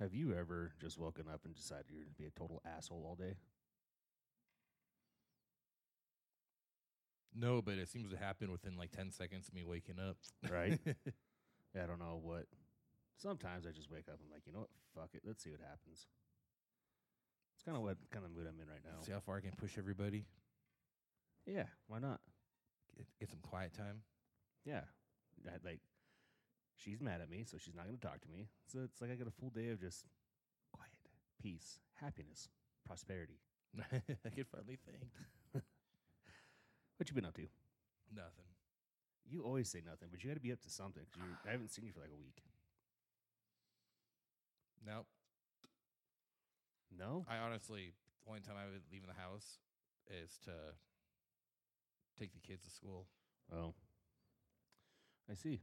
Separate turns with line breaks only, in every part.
Have you ever just woken up and decided you're going to be a total asshole all day?
No, but it seems to happen within like 10 seconds of me waking up.
Right? I don't know what. Sometimes I just wake up. I'm like, you know what? Fuck it. Let's see what happens. It's kind of what kind of mood I'm in right now.
See how far I can push everybody.
Yeah. Why not?
Get, get some quiet time.
Yeah. I, like, she's mad at me, so she's not going to talk to me. So it's like I got a full day of just quiet, peace, happiness, prosperity.
I can finally think.
What you been up to?
Nothing.
You always say nothing, but you got to be up to something. 'cause you're- I haven't seen you for like a week.
Nope.
No.
I honestly, the only time I would leave the house is to take the kids to school.
Oh. I see.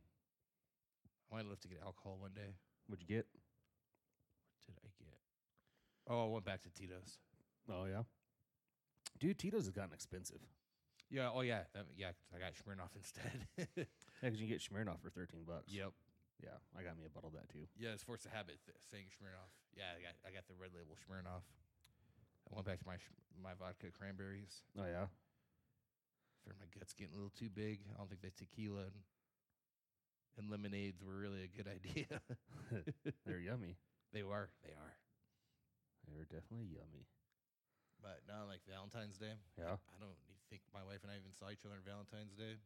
I might live to get alcohol one day.
What'd you get?
What did I get? Oh, I went back to Tito's.
Oh yeah. Dude, Tito's has gotten expensive.
Yeah. Oh, yeah. That, yeah. I got Smirnoff instead.
Yeah, because you can get Smirnoff for thirteen bucks.
yep.
Yeah, I got me a bottle of that too.
Yeah, it's forced a habit th- saying Smirnoff. Yeah, I got, I got the red label Smirnoff. I went back to my sh- my vodka cranberries.
Oh yeah.
For my guts getting a little too big. I don't think the tequila and, and lemonades were really a good idea.
They're yummy.
they were. They are.
They're definitely yummy.
But not like Valentine's Day.
Yeah.
I don't even think my wife and I even saw each other on Valentine's Day.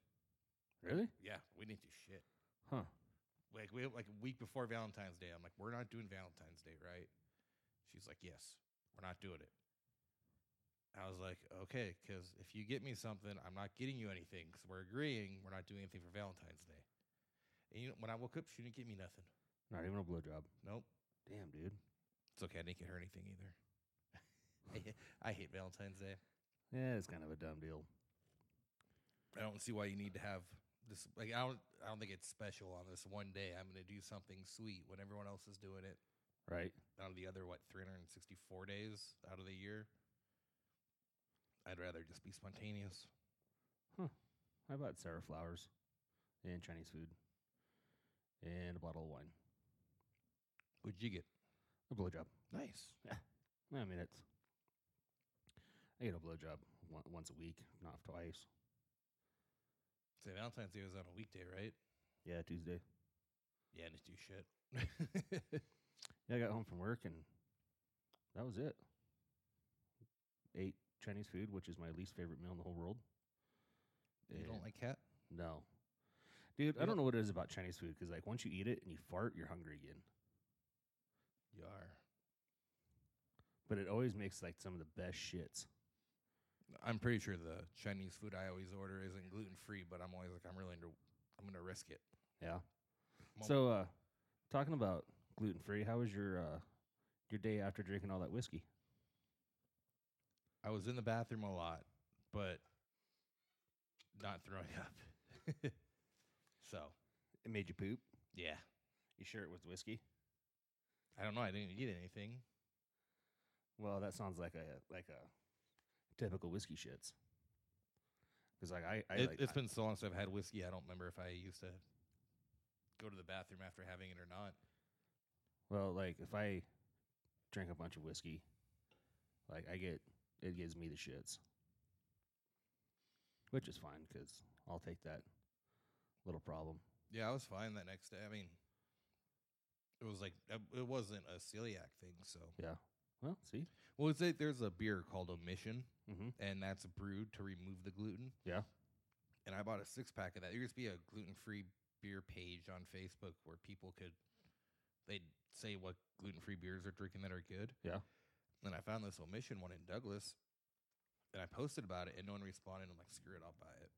Really?
Yeah, we didn't do shit.
Huh.
Like we like a week before Valentine's Day. I'm like, we're not doing Valentine's Day, right? She's like, yes, we're not doing it. I was like, okay, because if you get me something, I'm not getting you anything. Because we're agreeing, we're not doing anything for Valentine's Day. And you know, when I woke up, she didn't get me nothing.
Not even a blowjob.
Nope,
Damn, dude.
it's okay. I didn't get her anything either. I, I hate Valentine's Day.
Yeah, it's kind of a dumb deal.
I don't see why you need to have this. Like I don't, I don't think it's special on this one day. I'm going to do something sweet when everyone else is doing it.
Right.
Out of the other what 364 days out of the year, I'd rather just be spontaneous.
I bought Sarah flowers and Chinese food and a bottle of wine.
What'd you get?
A blowjob.
Nice.
I mean, it's. I get a blowjob on- once a week, not twice.
So Valentine's Day was on a weekday, right?
Yeah, Tuesday.
Yeah, and it's do shit.
Yeah, I got home from work and that was it. Ate Chinese food, which is my least favorite meal in the whole world.
You don't
And-
like cat?
No. Dude, I don't know what it is about Chinese food because, like, once you eat it and you fart, you're hungry again.
You are.
But it always makes, like, some of the best shits.
I'm pretty sure the Chinese food I always order isn't gluten free, but I'm always like, I'm really into. I'm gonna risk it.
Yeah.
Mom-
So, uh, talking about gluten free, how was your uh, your day after drinking all that whiskey?
I was in the bathroom a lot, but not throwing up. so
It made you poop.
yeah,
You sure it was whiskey?
I don't know. I didn't eat anything.
Well, that sounds like a like a typical whiskey shits. Because like I, I
it,
like,
has been so long since I've had whiskey. I don't remember if I used to go to the bathroom after having it or not.
well, like if I drink a bunch of whiskey, like I get it gives me the shits, which is fine because I'll take that little problem.
Yeah, I was fine that next day. I mean, it was like it wasn't a celiac thing. So
Yeah. Well, see.
well, it's like there's a beer called Omission,
Mhm.
and that's brewed to remove the gluten.
Yeah.
and I bought a six pack of that. There used to be a gluten free beer page on Facebook where people could they'd say what gluten free beers are drinking that are good.
Yeah.
And I found this omission one in Douglas, and I posted about it, and no one responded. I'm like, screw it, I'll buy it.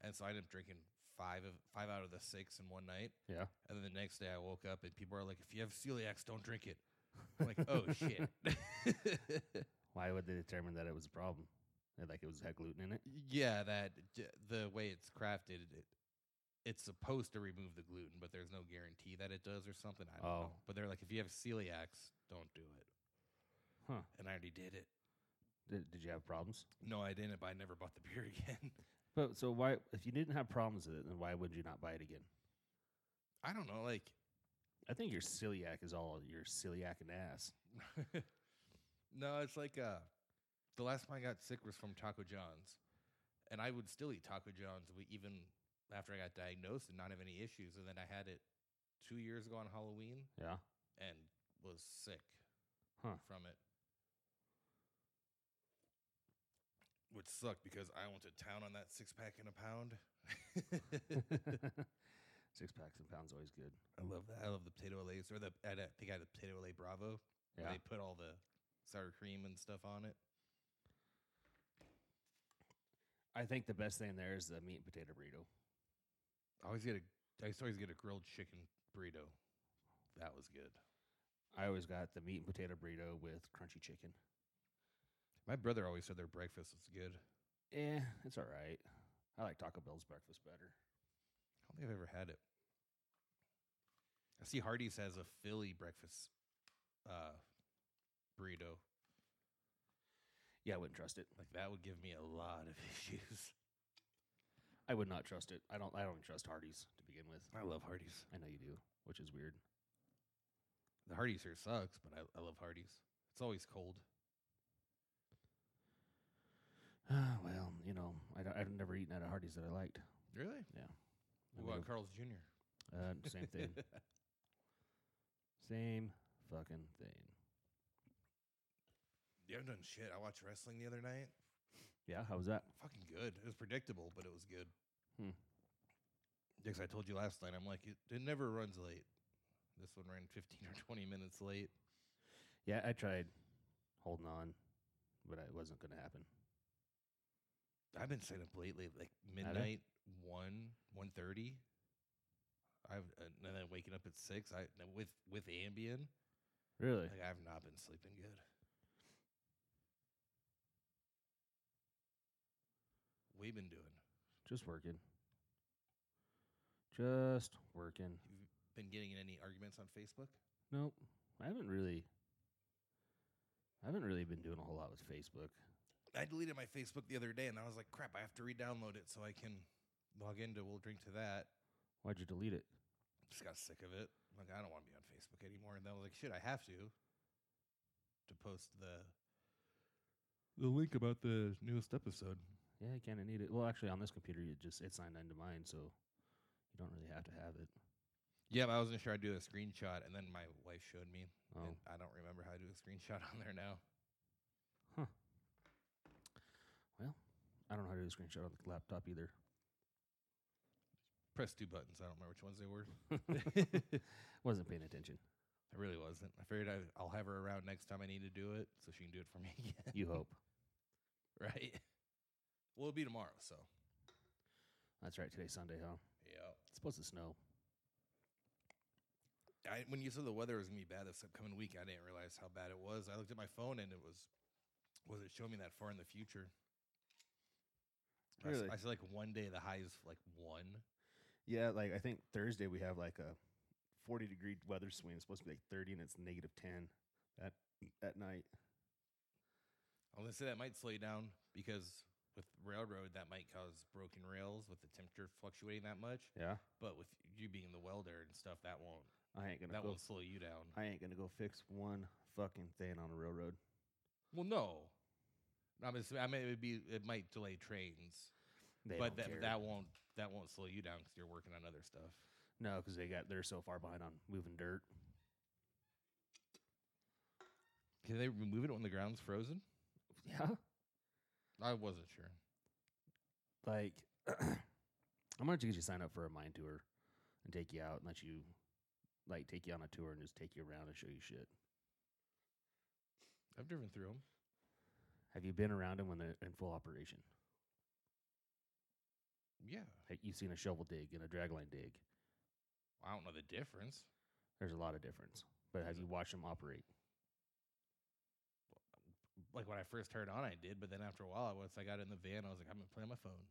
And so I ended up drinking five of five out of the six in one night.
Yeah.
And then the next day I woke up and people are like, if you have celiacs, don't drink it. I'm like, oh shit.
Why would they determine that it was a problem? And, Like it was had gluten in it.
yeah, that j- the way it's crafted, it, it's supposed to remove the gluten, but there's no guarantee that it does or something. I don't know.
Oh.
But they're like, if you have celiacs, don't do it.
Huh.
And I already did it.
Did, did you have problems?
No, I didn't, but I never bought the beer again.
But so why, if you didn't have problems with it, then why would you not buy it again?
I don't know. Like,
I I think your celiac is all your celiac and ass.
no, it's like uh, the last time I got sick was from Taco John's, and I would still eat Taco John's we- even after I got diagnosed and not have any issues. And then I had it two years ago on Halloween
Yeah.
and was sick
Huh.
from it, which sucked because I went to town on that six pack and a pound.
Six packs and pounds always good.
I love that. I love the potato lays or the I don't- I think I had the potato lay Bravo. where
Yeah.
They put all the sour cream and stuff on it.
I think the best thing there is the meat and potato burrito.
I always get a I used to always get a grilled chicken burrito. That was good.
I always got the meat and potato burrito with crunchy chicken.
My brother always said their breakfast was good. I
Eh, it's all right. I like Taco Bell's breakfast better.
don't think I've ever had it. I see Hardee's has a Philly breakfast uh, burrito.
Yeah, I wouldn't trust it.
Like that would give me a lot of issues.
I would not trust it. I don't. I don't trust Hardee's to begin with.
I love Hardee's.
I know you do, which is weird.
The Hardee's here sucks, but I, I love Hardee's. It's always cold.
Ah, well, you know, I don't, I've never eaten at a Hardee's that I liked.
Really?
I
What
mean,
about Carl's Jr.?
uh, same thing. Same fucking thing.
you haven't done shit. I watched wrestling the other night.
Yeah, how was that?
fucking good. It was predictable, but it was good.
Hmm.
Because I told you last night, I'm like, it, it never runs late. This one ran 15 or 20 minutes late.
Yeah, I tried holding on, but it wasn't going to happen.
I've been staying up lately, like
ya?
midnight, one, one thirty. I've uh, and then waking up at six. I no, with with Ambien,
Really?
like I've not been sleeping good. We've been doing.
Just working. Just working.
You've been getting in any arguments on Facebook?
Nope. I haven't really. I haven't really been doing a whole lot with Facebook.
I deleted my Facebook the other day and I was like, crap, I have to re download it so I can log into We'll Drink to That.
Why'd you delete it?
Just got sick of it. I'm like, I don't want to be on Facebook anymore. And then I was like, shit, I have to to post the the link about the newest episode.
Yeah, I kind of need it. Well, actually, on this computer, it just it's signed into mine, so you don't really have to have it.
Yeah, but I wasn't sure I'd do a screenshot and then my wife showed me.
Oh,
And I don't remember how to do a screenshot on there now.
I don't know how to do a screenshot on the laptop either.
Press two buttons. I don't remember which ones they were.
Wasn't paying attention.
I really wasn't. I figured I, I'll have her around next time I need to do it so she can do it for me again.
You hope.
right? Well, it'll be tomorrow, so.
That's right. Today's Sunday, huh?
Yeah.
It's supposed to snow.
I, when you said the weather was gonna be bad this upcoming week, I didn't realize how bad it was. I looked at my phone and it was was it showing me that far in the future. I s-
Really?
I, said like one day the high is like one.
Yeah, like I think Thursday we have like a forty degree weather swing. It's supposed to be like thirty, and it's negative ten at at night.
I'm gonna say that might slow you down because with railroad that might cause broken rails with the temperature fluctuating that much.
Yeah,
But with you being the welder and stuff, that won't
I ain't gonna
that
go.
won't slow you down.
I ain't gonna go fix one fucking thing on the railroad.
well, no. I'm just, I mean, it would be it might delay trains,
They don't
but that
care.
that won't that won't slow you down because you're working on other stuff.
no, because they got they're so far behind on moving dirt.
Can they remove it when the ground's frozen?
Yeah,
I wasn't sure.
like I'm gonna get you to sign up for a mine tour and take you out and let you like take you on a tour and just take you around and show you shit.
I've driven through them.
Have you been around them when they're in full operation?
Yeah.
Have you seen a shovel dig and a dragline dig?
I don't know the difference.
There's a lot of difference. But have you watched them operate?
Like when I first heard on, I did, but then after a while, once I got in the van, I was like, I'm going to play on my phone.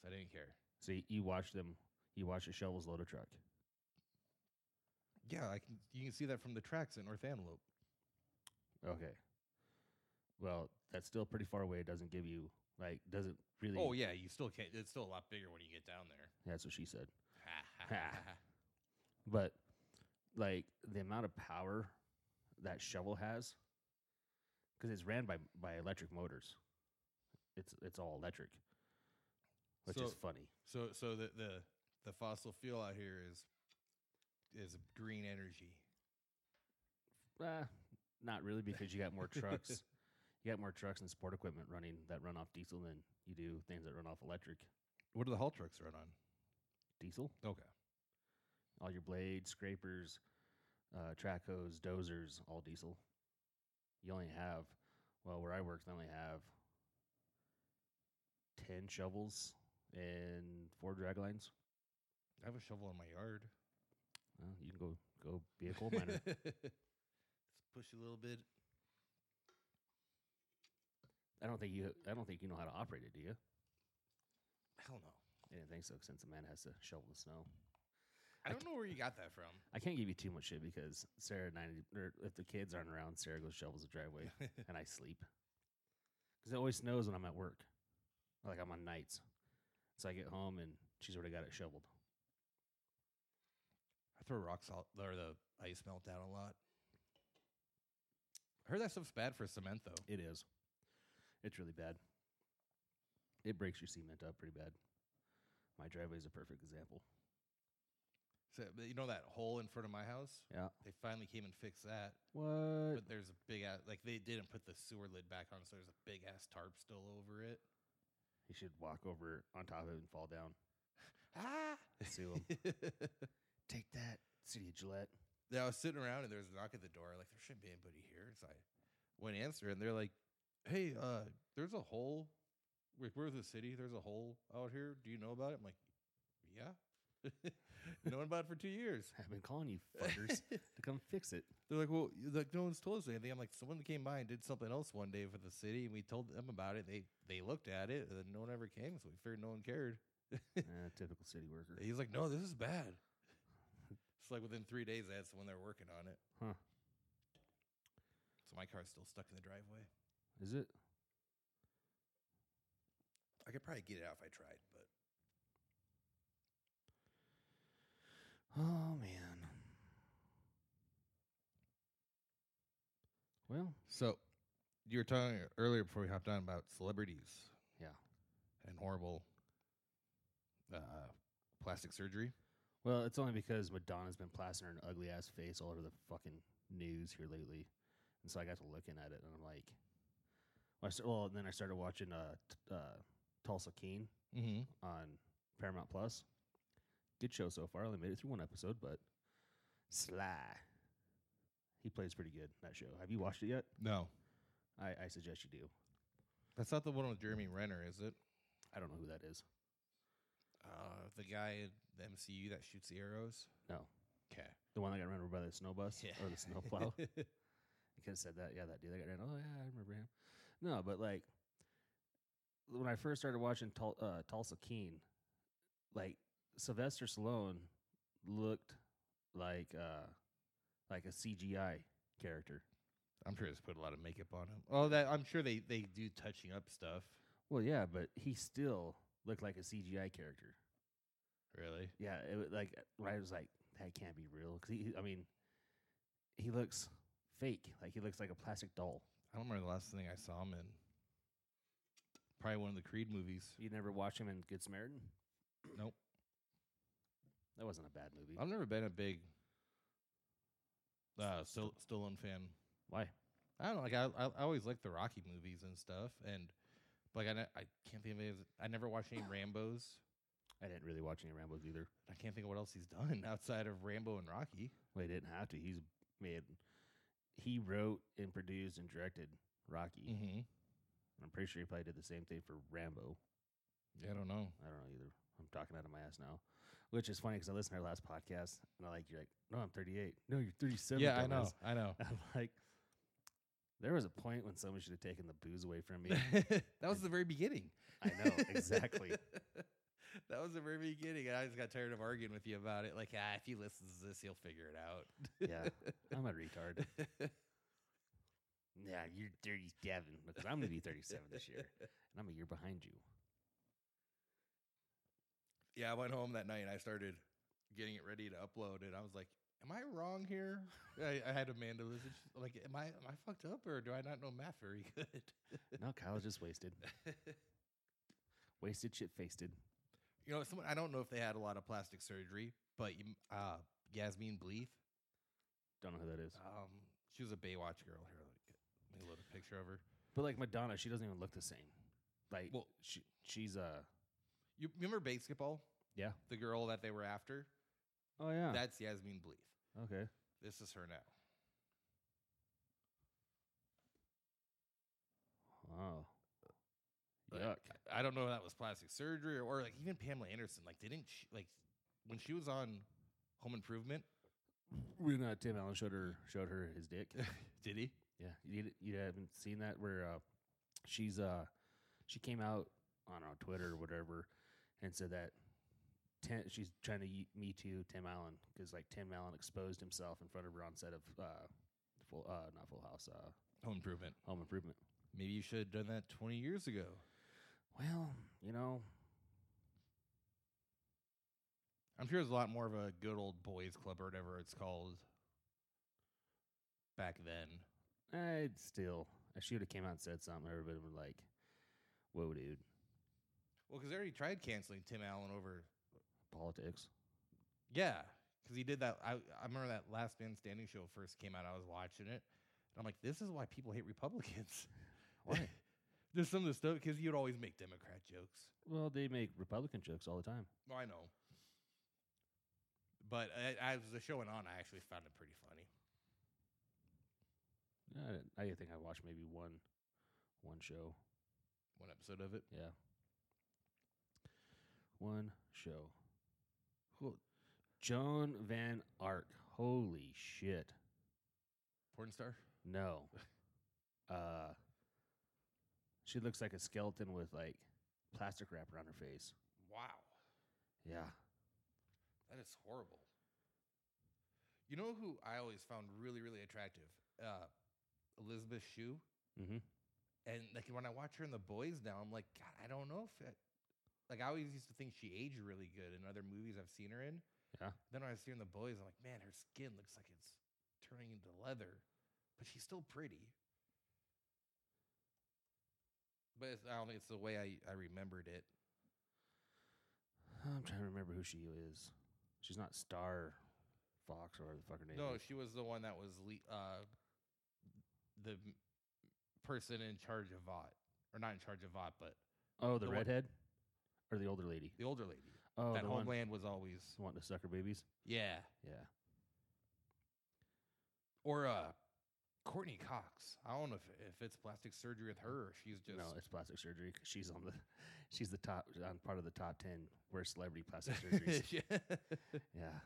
So I didn't care.
So you, you watch them. You watch the shovels load a truck.
Yeah, I can. You can see that from the tracks at North Antelope.
Okay. Well, that's still pretty far away. It doesn't give you like doesn't really.
Oh yeah, you still can't. It's still a lot bigger when you get down there.
That's what she said. Ha. But like the amount of power that shovel has because it's ran by by electric motors. It's it's all electric, which is
So-
funny.
So so the the the fossil fuel out here is is green energy.
Uh, not really because you got more trucks. You got more trucks and sport equipment running that run off diesel than you do things that run off electric.
What do the haul trucks run on?
Diesel,
Okay.
all your blades, scrapers, uh, track hoes, dozers, all diesel. You only have, well, where I work, they only have 10 shovels and four drag lines.
I have a shovel in my yard.
Well, you can go, go be a coal miner.
Let's push a little bit.
I don't think you, I don't think you know how to operate it, do you?
Hell no.
I didn't think so since the man has to shovel the snow.
I
I
don't know where you got that from.
I can't give you too much shit because Sarah and I, or if the kids aren't around, Sarah goes shovels the driveway and I sleep. Because it always snows when I'm at work, like I'm on nights. So I get home and she's already got it shoveled.
I throw rock salt or the ice melt down a lot. I heard that stuff's bad for cement though.
It is. It's really bad. It breaks your cement up pretty bad. My driveway is a perfect example.
So, but you know that hole in front of my house?
Yeah.
They finally came and fixed that.
What?
But there's a big ass like they didn't put the sewer lid back on, so there's a big ass tarp still over it.
He should walk over on top of it and fall down.
Ah
Sue him. Take that, City of Gillette.
Yeah, I was sitting around and there was a knock at the door. Like there shouldn't be anybody here. So I went answer and they're like, "Hey, uh, there's a hole. Like we're the city. There's a hole out here. Do you know about it?" I'm like, "Yeah, known about it for two years."
I've been calling you fuckers to come fix it.
They're like, "Well, y- like no one's told us anything." I'm like, "Someone came by and did something else one day for the city, and we told them about it. They they looked at it, and then no one ever came, so we figured no one cared."
Uh, typical city worker.
He's like, "No, this is bad." It's like within three days, that's when they're working on it.
Huh.
So my car's still stuck in the driveway.
Is it?
I could probably get it out if I tried, but
Oh man. Well,
so you were talking earlier before we hopped on about celebrities,
Yeah.
and horrible uh, plastic surgery.
well, it's only because Madonna's been plastering her ugly ass face all over the fucking news here lately, and so I got to looking at it, and I'm like, well, I sta- well and then I started watching uh, t- uh Tulsa Keen
Mm-hmm.
on Paramount Plus. Good show so far. I only made it through one episode, but Sly, he plays pretty good in that show. Have you watched it yet?
No,
I, I suggest you do.
that's not the one with Jeremy Renner, is it?
I don't know who that is.
Uh, the guy in the MCU that shoots the arrows.
No.
Okay.
The one that got run over by the snow bus or the snow plow.
yeah,
I could have said that. Yeah, that dude that got ran. Oh yeah, I remember him. No, but like when I first started watching Tul- uh, Tulsa Keen, like Sylvester Stallone looked like uh like a CGI character.
I'm sure it's put a lot of makeup on him. Oh, that I'm sure they they do touching up stuff.
Well, yeah, but he still looked like a CGI character.
Really?
Yeah, it was like when I was like, that can't be real. Cause he, I mean, he looks fake. Like he looks like a plastic doll.
I don't remember the last thing I saw him in. Probably one of the Creed movies.
You never watched him in Good Samaritan?
Nope.
That wasn't a bad movie.
I've never been a big uh, Still Stallone fan.
Why?
I don't know, like. I, I I always liked the Rocky movies and stuff, and but like I, ne- I can't think of any. I never watched any Rambo's.
I didn't really watch any Rambo's either.
I can't think of what else he's done outside of Rambo and Rocky.
Well, he didn't have to. He's made. He wrote and produced and directed Rocky.
Mm-hmm.
I'm pretty sure he probably did the same thing for Rambo.
Yeah, I don't know.
I don't know either. I'm talking out of my ass now, which is funny because I listened to our last podcast and I like you're like, no, I'm 38. No, you're 37.
yeah, I know.
dumbass."
I know.
I'm like, there was a point when someone should have taken the booze away from me.
that was the very beginning.
I know exactly.
that was the very beginning. and I just got tired of arguing with you about it. Like, ah, if he listens to this, he'll figure it out.
Yeah, I'm a retard. Yeah, you're 37 because I'm gonna be 37 this year, and I'm a year behind you.
yeah, I went home that night and I started getting it ready to upload, and I was like, am I wrong here? I, I had Amanda listen. She's like, am I am I fucked up or do I not know math very good?
No, Kyle's just wasted. Wasted shit faced.
you know, someone I don't know if they had a lot of plastic surgery, but you, m- uh, Yasmin Bleeth,
Don't know who that is.
um, she was a Baywatch girl. Here, let me get- let me load a picture of her.
But like Madonna, she doesn't even look the same. Like
Well-
she she's uh
You remember basketball?
Yeah.
the girl that they were after.
Oh yeah.
That's Yasmin Bleeth.
okay.
This is her now.
Wow.
Like,
Yuck.
I don't know if that was plastic surgery or, or like even Pamela Anderson. Like, they didn't she, like when she was on Home Improvement.
When uh, Tim Allen showed her showed her his dick.
Did he?
yeah. You did- you haven't seen that where uh she's uh she came out on our Twitter or whatever and said that Tim, she's trying to ye- me too Tim Allen because like Tim Allen exposed himself in front of her on set of uh full uh not Full House uh
Home Improvement.
Home Improvement.
Maybe you should have done that 20 years ago.
Well, you know,
I'm sure it was a lot more of a good old boys club or whatever it's called back then.
I'd eh, still. I should have came out and said something. Everybody would like, "Whoa, dude,
Well, because they already tried canceling Tim Allen over.
politics."
Yeah, because he did that. I, I remember that Last Man Standing show first came out. I was watching it. And I'm like, this is why people hate Republicans.
Why?
There's some of the stuff, because you'd always make Democrat jokes.
well, they make Republican jokes all the time.
Well, I know. But uh, as the show went on, I actually found it pretty funny.
Yeah, I, didn't- I think I watched maybe one, one show.
One episode of it.
Yeah, one show. Cool. Joan Van Ark. Holy shit!
Porn star?
No. uh, she looks like a skeleton with like plastic wrap around her face.
Wow.
Yeah.
That is horrible. You know who I always found really, really attractive? Uh, Elizabeth Shue.
Mm-hmm.
And like when I watch her in The Boys now, I'm like, God, I don't know if it. Like I always used to think she aged really good in other movies I've seen her in.
Yeah.
Then when I see her in The Boys, I'm like, man, her skin looks like it's turning into leather, but she's still pretty. But it's, I don't think it's the way I, I remembered it.
I'm trying to remember who she is. She's not Star Fox or whatever the fuck her name
No,
is.
she was the one that was le- uh, the m- person in charge of Vought, or not in charge of Vought, but
Oh, the,
the one-
redhead? Or the older lady?
the older lady.
Oh,
that
the one
Homeland was always
wanting to sucker babies?
yeah,
Yeah.
or uh, Courtney Cox. I don't know if if it's plastic surgery with her, or she's just
no, it's plastic surgery. 'cause She's on the, she's the top, on part of the top 10 worst celebrity plastic surgeries. yeah.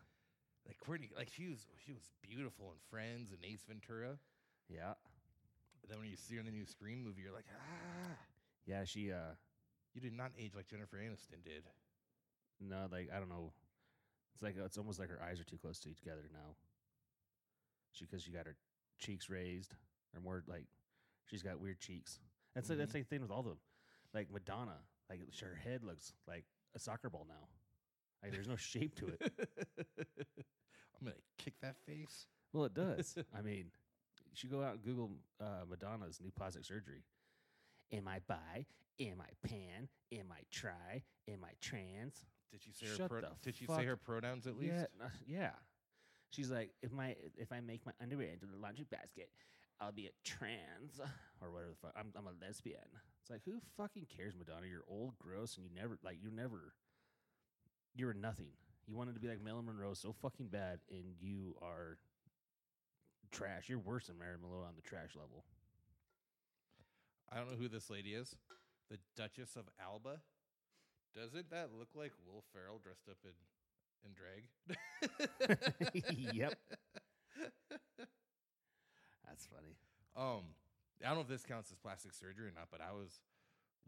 like Courtney, like she was she was beautiful in Friends and Ace Ventura.
Yeah.
Then when you see her in the new Scream movie, you're like, ah,
Yeah. She, uh,
you did not age like Jennifer Aniston did.
no, like, I don't know. It's like, it's almost like her eyes are too close to each other now. She, cause she got her cheeks raised or more like, she's got weird cheeks. That's like, that's like the thing with all of them. Like Madonna, like sh- her head looks like a soccer ball now. Like there's no shape to it.
I'm gonna kick that face.
Well, it does. I mean, you should go out and Google uh, Madonna's new plastic surgery. Am I bi? Am I pan? Am I tri? Am I trans?
Did she say her
Shut
pro-
the
Did she
fuck
say her pronouns at least?
Yeah, no- yeah. She's like, if my if I make my underwear into the laundry basket, I'll be a trans or whatever the fuck. I'm I'm a lesbian. It's like who fucking cares, Madonna? You're old, gross, and you never like you never. You were nothing. You wanted to be like Marilyn Monroe so fucking bad, and you are trash. You're worse than Marilyn Monroe on the trash level.
I don't know who this lady is. The Duchess of Alba. Doesn't that look like Will Ferrell dressed up in in drag?
Yep. That's funny.
Um, I don't know if this counts as plastic surgery or not, but I was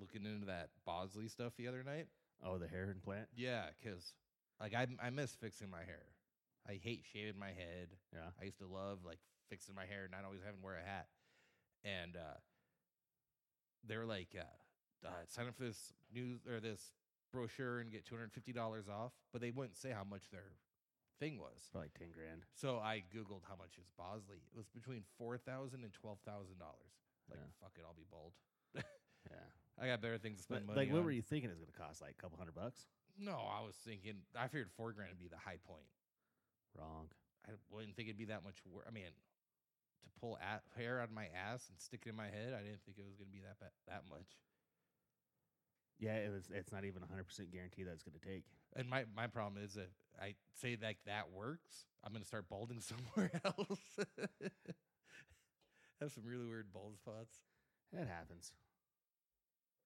looking into that Bosley stuff the other night.
Oh, the hair implant.
Yeah, because like I I miss fixing my hair. I hate shaving my head.
Yeah.
I used to love like fixing my hair, and not always having to wear a hat. And uh, they were like, uh, uh, sign up for this news or this brochure and get two hundred fifty dollars off, but they wouldn't say how much their thing was.
for like ten grand.
So I googled how much is Bosley. It was between four thousand and twelve thousand dollars. Like
Yeah.
fuck it, I'll be bold.
Yeah,
I got better things to spend
but
money
like, what
on.
were you thinking it was going to cost? Like a couple hundred bucks?
No, I was thinking I figured four grand would be the high point.
Wrong.
I wouldn't think it'd be that much work. I mean, to pull at, hair out of my ass and stick it in my head, I didn't think it was going to be that ba- that much.
Yeah, it was, it's not even hundred percent guaranteed that it's going to take.
And my, my problem is if I say like that works, I'm going to start balding somewhere else. Have some really weird bald spots.
That happens.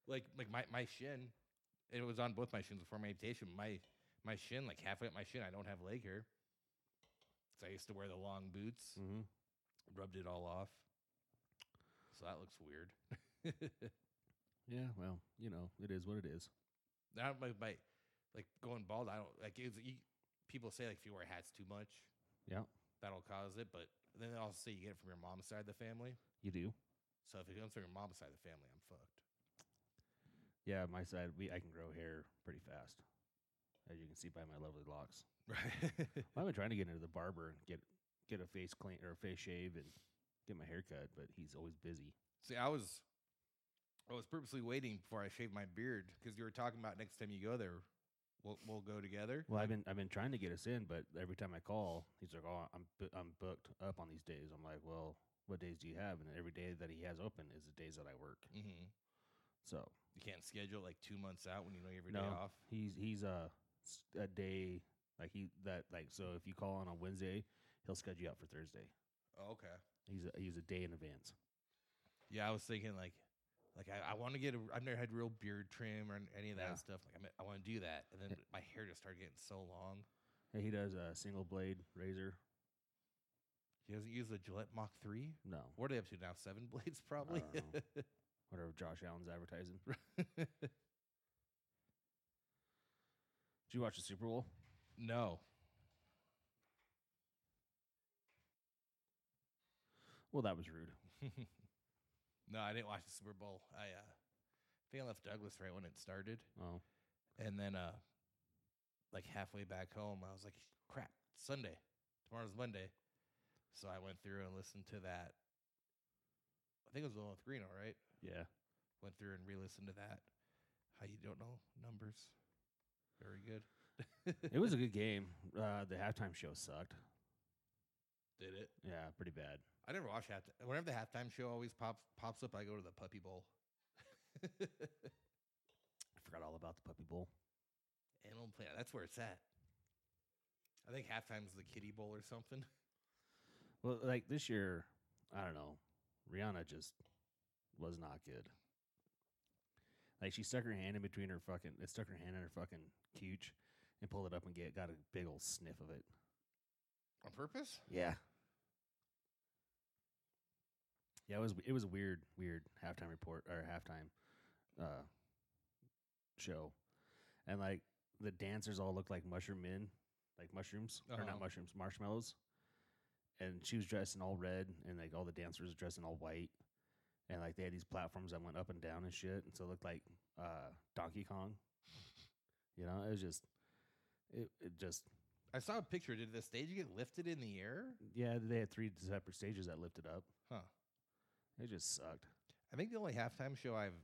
Like like my, my shin, it was on both my shins before my amputation. My my shin, like halfway up my shin, I don't have leg hair. So I used to wear the long boots.
Mm-hmm.
rubbed it all off. So that looks weird.
Yeah, well, you know, it is what it is.
now my, my like going bald, I don't like it's, you, people say like if you wear hats too much,
Yeah.
that'll cause it. But then they also say you get it from your mom's side of the family.
You do.
So if it comes from your mom's side of the family, I'm fucked.
Yeah, my side, we I can grow hair pretty fast, as you can see by my lovely locks.
Right.
I've been trying to get into the barber and get get a face clean or a face shave and get my hair cut, but he's always busy.
See, I was I was purposely waiting before I shaved my beard because you were talking about next time you go there, we'll we'll go together.
Well, I've been I've been trying to get us in, but every time I call, he's like, "Oh, I'm bu- I'm booked up on these days." I'm like, "Well, what days do you have?" And every day that he has open is the days that I work.
hmm
So
You can't schedule like two months out when you know you have your
No.
day off.
he's he's a a day like he that like so if you call on a Wednesday, he'll schedule you out for Thursday.
Oh, okay.
He's a, he's a day in advance.
Yeah, I was thinking like, like I, I want to get. A, I've never had real beard trim or n- any of that
Yeah.
stuff. Like I'm, I want to do that, and then my hair just started getting so long.
And he does a single blade razor.
He doesn't use the Gillette Mach Three.
No,
What are they up to now? Seven blades, probably.
don't whatever Josh Allen's advertising. Did you watch the Super Bowl?
no,
Well, that was rude.
no, I didn't watch the Super Bowl. I uh, think I left Douglas right when it started,
Oh,
and then uh, like halfway back home, I was like, crap, it's Sunday. Tomorrow's Monday, so I went through and listened to that. I think it was the one with Reno, right?
yeah.
went through and re-listened to that. How you don't know numbers? Very good.
it was a good game. Uh, the halftime show sucked.
Did it?
Yeah, pretty bad.
I never watched half. Whenever the halftime show always pops pops up, I go to the Puppy Bowl.
I forgot all about the Puppy Bowl.
Animal Planet. That's where it's at. I think halftime's the Kitty Bowl or something.
Well, like this year, I don't know. Rihanna just was not good. Like she stuck her hand in between her fucking, it stuck her hand in her fucking cooch, and pulled it up and get got a big old sniff of it.
On purpose?
Yeah. Yeah, it was it was a weird, weird halftime report or halftime uh show. And like the dancers all looked like mushroom men, like mushrooms. Or
Uh-huh.
not mushrooms, marshmallows. And she was dressed in all red and like all the dancers were dressed in all white. And like they had these platforms that went up and down and shit. And so it looked like uh Donkey Kong. You know, it was just it, it just
I saw a picture. Did the stage get lifted in the air?
yeah, they had three separate stages that lifted up.
Huh.
It just sucked.
I think the only halftime show I've,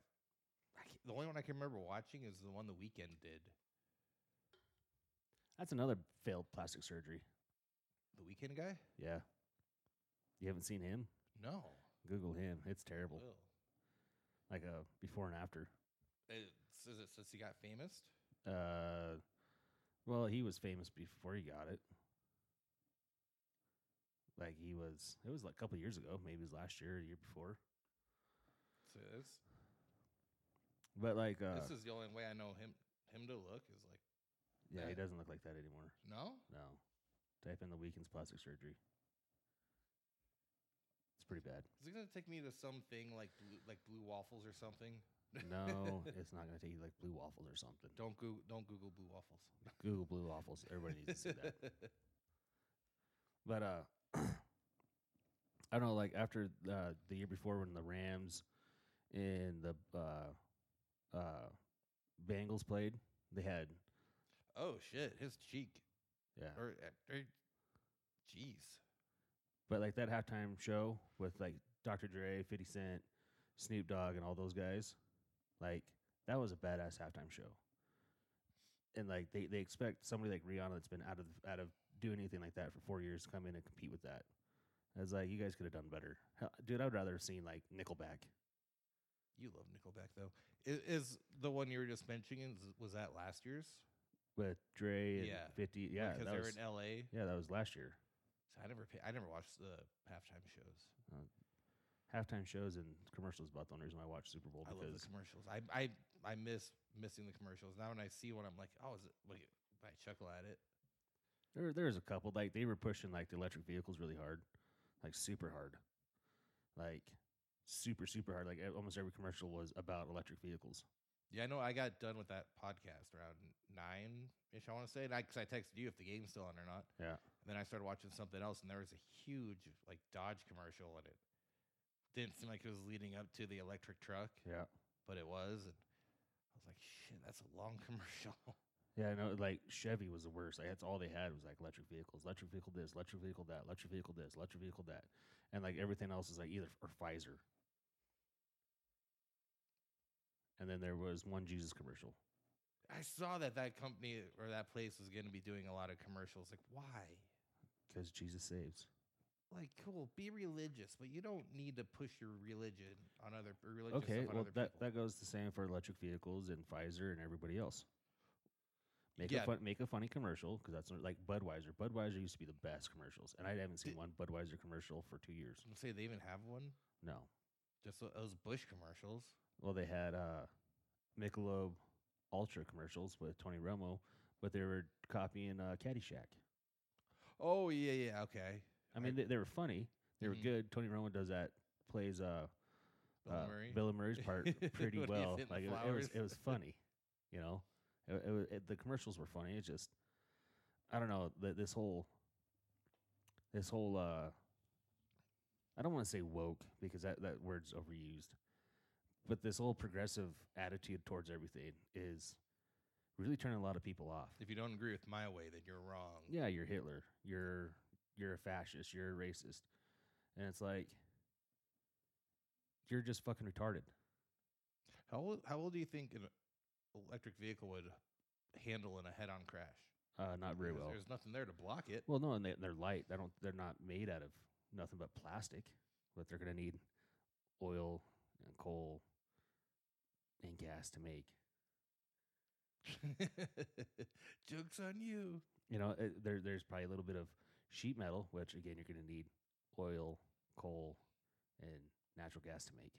I ca- the only one I can remember watching is the one the weekend did.
That's another failed plastic surgery.
The weekend guy?
Yeah. You haven't seen him?
No.
Google him. It's terrible.
Will.
Like a before and after.
It's- Is it since he got famous?
Uh well, he was famous before he got it. Like he was it was like a couple years ago, maybe it was last year or year before.
So this,
But like uh
this is the only way I know him him to look is like
yeah, he
that.
doesn't look like that anymore.
no.
No. Type in the weekend's plastic surgery. It's pretty bad.
Is it gonna take me to something like blue, like blue waffles or something?
No, it's not gonna take you like blue waffles or something.
Don't go don't Google blue waffles.
Google blue waffles. Everybody needs to see that. But uh, I don't know. Like after uh, the year before, when the Rams and the uh, uh, Bengals played, they had
oh shit, his cheek.
Yeah.
Or, uh, or- jeez.
But like that halftime show with like Dr. Dre, 50 Cent, Snoop Dogg, and all those guys, like that was a badass halftime show. And like they, they expect somebody like Rihanna that's been out of out of doing anything like that for four years to come in and compete with that. I was like, you guys could have done better, Hell, dude. I would rather have seen like Nickelback.
You love Nickelback though. Is, is the one you were just mentioning is- was that last year's?
with Dre and
Yeah.
50. Yeah,
because
that
they
was,
were in L.A.
yeah, that was last year.
So I never, pa- I never watched the halftime shows.
Halftime shows and commercials about the only reason why I watch Super Bowl
I love
because
the commercials. I, I, I miss missing the commercials. Now when I see one, I'm like, oh, is it? Wait, I chuckle at it.
there were- there was a couple like they were pushing like the electric vehicles really hard, like super hard, like super super hard. Like e- almost every commercial was about electric vehicles.
Yeah, I know. I got done with that podcast around nine ish. I want to say, and I, cause I texted you if the game's still on or not.
Yeah.
And then I started watching something else, and there was a huge like Dodge commercial in it. Didn't seem like it was leading up to the electric truck,
Yeah,
but it was. And I was like, shit, that's a long commercial.
yeah, I know. Like Chevy was the worst. Like that's all they had was like electric vehicles, electric vehicle this, electric vehicle that, electric vehicle this, electric vehicle that, and like everything else is like either f- or Pfizer. And then there was one Jesus commercial.
I saw that that company or that place was going to be doing a lot of commercials. Like, why?
Because Jesus saves.
Like, cool, be religious, but you don't need to push your religion on other or religious
Okay,
stuff on
well
other
that,
people.
that goes the same for electric vehicles and Pfizer and everybody else. Make
Yeah.
a fun, make a funny commercial because that's not- like Budweiser. Budweiser used to be the best commercials, and I haven't seen
Did-
one Budweiser commercial for two years.
Say they even have one.
No,
Just tho- those Bush commercials.
well they had uh, Michelob Ultra commercials with Tony Romo, but they were copying uh, Caddyshack.
Oh yeah, yeah, okay.
I mean, they, they were funny, they
Mhm.
were good. Tony Romo does that, plays uh,
Bill
uh,
Murray.
Bill and Murray's part pretty
When he's
well.
hitting the
Like it, it was,
flowers.
it was funny, you know. It, it, wa- it, the commercials were funny. It just, I don't know. th this whole, this whole, uh I don't want to say woke because that that word's overused, but this whole progressive attitude towards everything is really turning a lot of people off.
if you don't agree with my way, then you're wrong.
Yeah, you're Hitler. You're you're a fascist. You're a racist, and it's like. You're just fucking retarded.
How old, how old do you think an electric vehicle would handle in a head-on crash?
Uh, not very
Because
well.
There's nothing there to block it.
Well, no, and they, they're light. They don't. They're not made out of nothing but plastic. But they're going to need oil and coal and gas to make.
Jokes on you.
You know, it, there, there's probably a little bit of sheet metal, which again you're going to need oil, coal, and natural gas to make.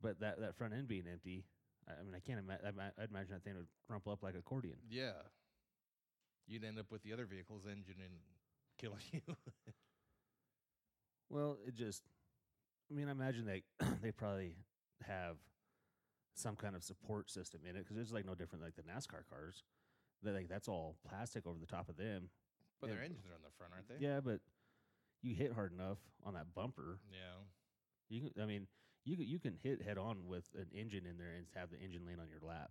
But that that front end being empty, I, I mean, I can't imagine. I'd imagine that thing would crumple up like accordion.
Yeah. You'd end up with the other vehicle's engine and killing you.
Well, it just, I mean, I imagine they they probably have some kind of support system in it because it's like no different like the NASCAR cars. They're like that's all plastic over the top of them.
but
Yeah,
their
but-
engines are on the front, aren't they?
Yeah, but you hit hard enough on that bumper,
Yeah.
you can, I mean, you can- you can hit head on with an engine in there and have the engine lean on your lap.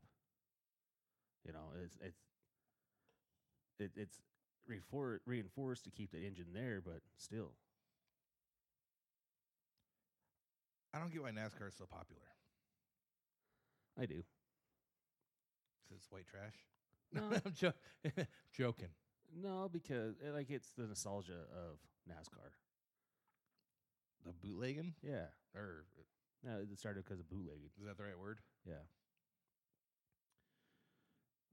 You know, it's it's it, it's refor- reinforced to keep the engine there, but still,
I don't get why NASCAR is so popular.
I do.
'Cause it's white trash. No,
No,
I'm jo- joking.
No, because uh, like it's the nostalgia of NASCAR.
The bootlegging?
Yeah,
Or
no, it started because of bootlegging.
is that the right word?
Yeah,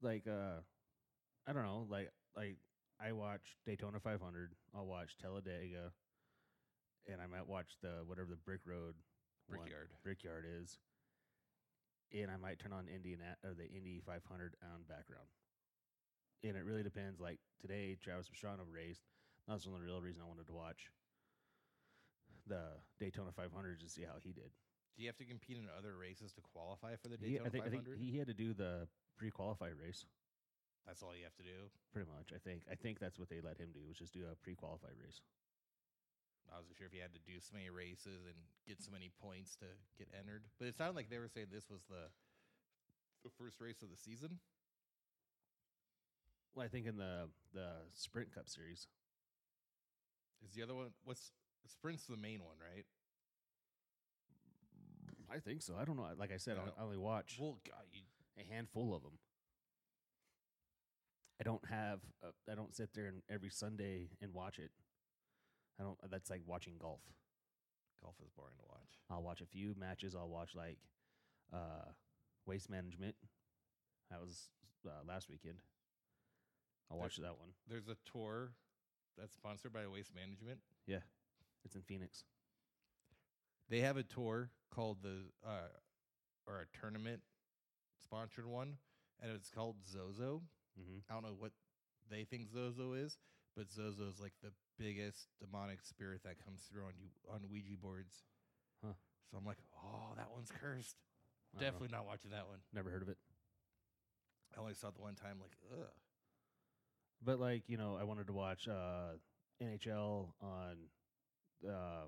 like uh, I don't know, like like I watch Daytona 500. I'll watch Talladega, and I might watch the whatever the Brick Road one-
Brickyard.
Brickyard is, and I might turn on Indiana or the Indy 500 on background. And it really depends. Like today, Travis Pastrana raced. That's the only real reason I wanted to watch the Daytona 500 to see how he did.
Do you have to compete in other races to qualify for the
He-
Daytona
I think, I think
500?
he had to do the pre-qualify race,
That's all you have to do.
pretty much. I think I think that's what they let him do, was just do a pre-qualify race.
I wasn't sure if you had to do so many races and get so many points to get entered. But it sounded like they were saying this was the the first race of the season.
Well, I think in the the Sprint Cup series,
Is the other one? What's Sprint's the main one, right?
I think so. I don't know. Like I said,
I
I,
don't-
I only watch
Well, God, you,
a handful of them. I don't have. uh, I don't sit there and every Sunday and watch it. I don't. That's like watching golf.
golf is boring to watch.
I'll watch a few matches. I'll watch like uh, waste management. That was uh, last weekend. I
There-
watched that one.
There's a tour that's sponsored by Waste Management.
Yeah, it's in Phoenix.
They have a tour called the uh, or a tournament sponsored one, and it's called Zozo.
Mm-hmm.
I don't know what they think Zozo is, but Zozo is like the biggest demonic spirit that comes through on you on Ouija boards.
Huh.
So I'm like, oh, that one's cursed. Definitely not watching that one.
never heard of it.
I only saw it the one time. Like, ugh.
But like you know, I wanted to watch uh, NHL on uh,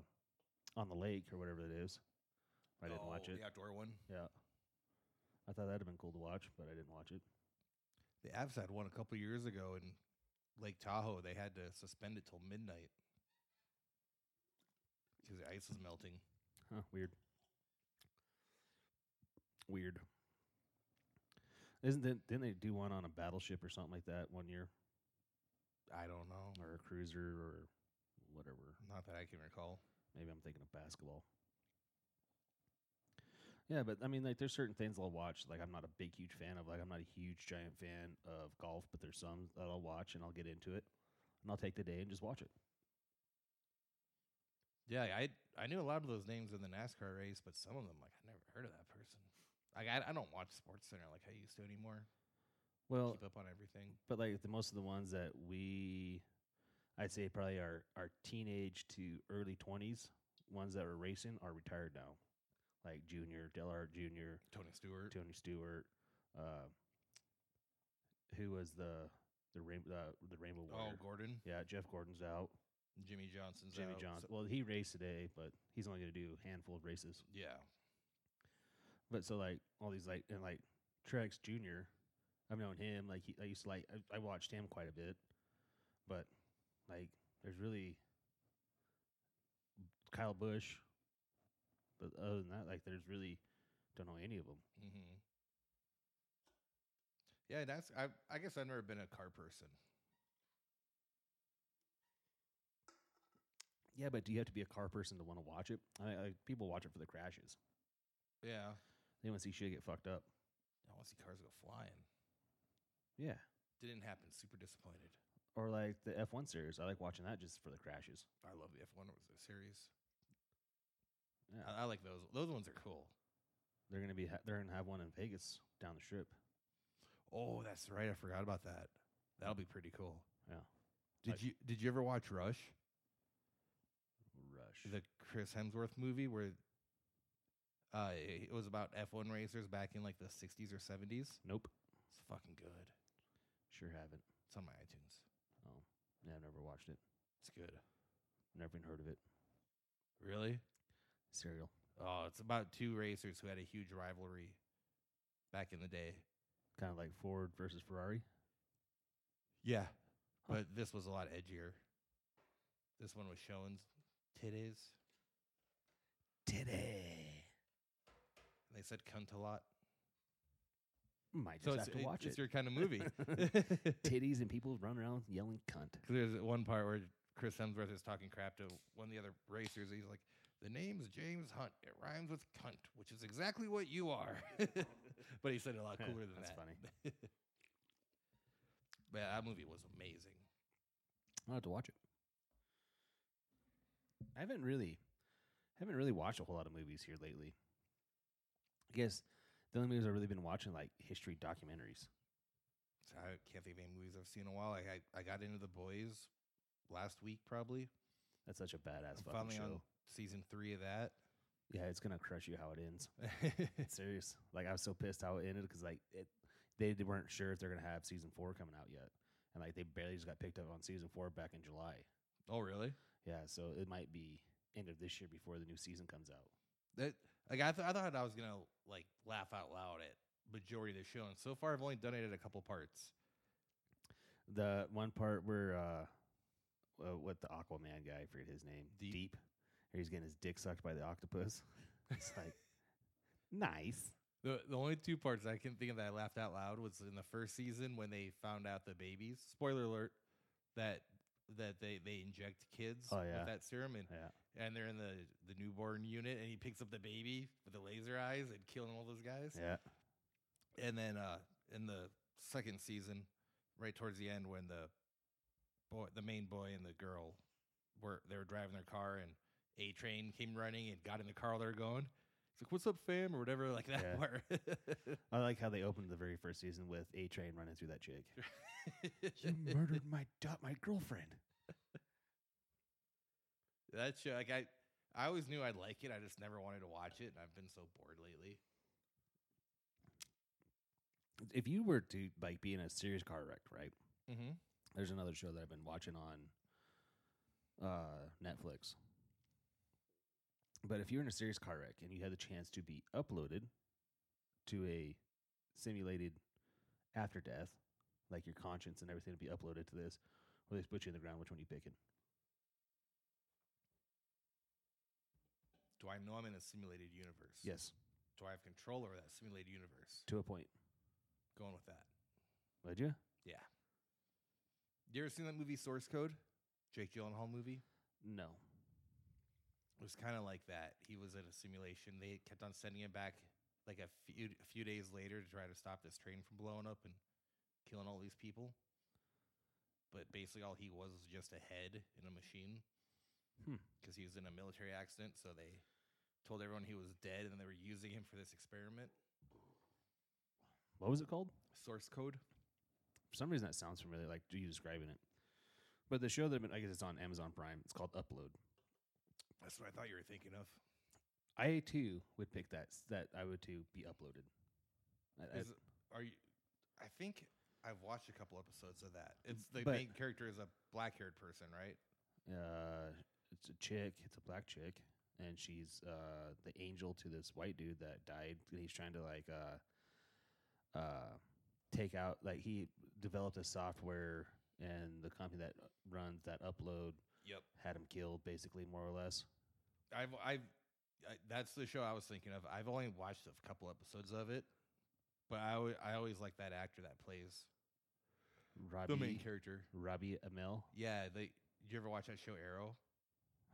on the lake or whatever it is. I didn't watch
Oh,
it.
The outdoor one.
Yeah. I thought that'd have been cool to watch, but I didn't watch it.
The Avs had one a couple years ago in Lake Tahoe. They had to suspend it till midnight because the ice is melting.
Huh, weird. Weird. Isn't it, didn't they do one on a battleship or something like that one year,
I don't know.
or a cruiser, or whatever?
Not that I can recall.
Maybe I'm thinking of basketball. Yeah, but I mean, like, there's certain things I'll watch. Like, I'm not a big, huge fan of. Like, I'm not a huge, giant fan of golf, but there's some that I'll watch and I'll get into it, and I'll take the day and just watch it.
Yeah, I I knew a lot of those names in the NASCAR race, but some of them like I never heard of that person. Like I, I don't watch Sports Center like I used to anymore.
Well,
Keep up on everything.
but like the most of the ones that we, I'd say probably our our teenage to early 20s ones that were racing are retired now, like Junior Delart Junior,
Tony Stewart.
Tony Stewart, uh, who was the the rain, uh, the Rainbow
Oh,
Warrior.
Gordon.
Yeah, Jeff Gordon's out.
Jimmy Johnson's
Jimmy
out.
Johnson.
So-
Well, he raced today, but he's only going to do a handful of races.
yeah.
But so like all these like and like Trex Jr. I've known him. Like he, I used to like I, I watched him quite a bit, but like there's really Kyle Bush. But other than that, like there's really don't know any of them.
Mm-hmm. Yeah, that's I I guess I've never been a car person.
Yeah, but do you have to be a car person to want to watch it? I, I, people watch it for the crashes.
Yeah.
They want to see shit get fucked up.
I want to see cars go flying.
Yeah.
Didn't happen. Super disappointed.
Or like the F1 series. I like watching that just for the crashes.
I love the F one series.
Yeah.
I, I like those. Those ones are cool.
They're gonna be. Ha- they're gonna have one in Vegas down the strip.
Oh, that's right. I forgot about that. That'll be pretty cool.
Yeah.
Did
Like-
you Did you ever watch Rush,
Rush.
the Chris Hemsworth movie, where uh, it it was about F one racers back in like the sixties or seventies?
nope.
It's fucking good.
Sure haven't.
It's on my iTunes.
Oh, yeah, I've never watched it.
It's good.
Never even heard of it.
Really?
Serial.
Oh, it's about two racers who had a huge rivalry back in the day.
Kind of like Ford versus Ferrari.
Yeah,
Huh.
but this was a lot edgier. This one was showing titties.
Today.
and They said cunt a lot.
Might
So
just
it's,
have to
it-
watch
it's
it.
your kind of movie.
Titties and people running around yelling cunt.
'Cause there's one part where Chris Hemsworth is talking crap to one of the other racers. He's like, "The name's James Hunt. It rhymes with cunt, which is exactly what you are." but he said it a lot cooler than
That's
that.
funny.
But that movie was amazing.
I'll have to watch it. I haven't really, haven't really watched a whole lot of movies here lately. I guess the only movies I've really been watching like history documentaries.
So I can't think of any movies I've seen in a while. Like I, I got into The Boys last week, probably.
That's such a badass
I'm
fucking
finally
show.
on season three of that.
Yeah, it's gonna crush you how it ends. Serious. Like I was so pissed how it ended because like it, they d- weren't sure if they're gonna have season four coming out yet, and like they barely just got picked up on season four back in July.
oh, really?
Yeah, so it might be end of this year before the new season comes out.
That like I, th- I thought I was gonna like laugh out loud at majority of the show, and so far I've only done it at a couple parts.
the one part where uh, uh what the Aquaman guy, I forget his name,
Deep.
Deep, where he's getting his dick sucked by the octopus. It's like nice.
The the only two parts I can think of that I laughed out loud was in the first season when they found out the babies. Spoiler alert that that they they inject kids
Oh, yeah.
with that serum and
Yeah.
and they're in the the newborn unit and he picks up the baby with the laser eyes and killing all those guys.
Yeah.
And then uh in the second season, right towards the end when the boy the main boy and the girl were they were driving their car and a train came running and got in the car they were going. It's like what's up fam or whatever like that
Yeah.
part.
I like how they opened the very first season with A Train running through that chick. You murdered my da- my girlfriend.
that show, like I, I always knew I'd like it. I just never wanted to watch it, and I've been so bored lately.
If you were to like be in a serious car wreck, right?
Mm-hmm.
There's another show that I've been watching on uh, Netflix. But if you're in a serious car wreck and you had the chance to be uploaded to a simulated after death, like your conscience and everything to be uploaded to this, or they put you in the ground, which one you picking?
Do I know I'm in a simulated universe?
Yes,
Do I have control over that simulated universe?
to a point.
Going with that.
Would you?
Yeah. You ever seen that movie Source Code? Jake Gyllenhaal movie.
No.
It was kind of like that. He was in a simulation. They kept on sending him back like a few a few days later to try to stop this train from blowing up and killing all these people. But basically, all he was was just a head in a machine
Hmm.
because he was in a military accident. So they told everyone he was dead, and they were using him for this experiment.
What was it called?
Source code.
For some reason, that sounds familiar. Like you describing it. But the show that I've been, I guess it's on Amazon Prime. It's called Upload.
That's what I thought you were thinking of.
I too would pick that. s- That I would too be uploaded. I- I-
Is, are you? I think I've watched a couple episodes of that. It's the
But-
main character is a black-haired person, right?
uh, it's a chick. It's a black chick, and she's uh, the angel to this white dude that died, and he's trying to like uh, uh, take out. Like he developed a software, and the company that runs that upload
Yep.
had him killed, basically more or less.
I've I've I, that's the show I was thinking of. I've only watched a couple episodes of it, but I alwa- I always like that actor that plays
Robbie,
the main character.
Robbie Amell.
Yeah, they. You ever watch that show Arrow?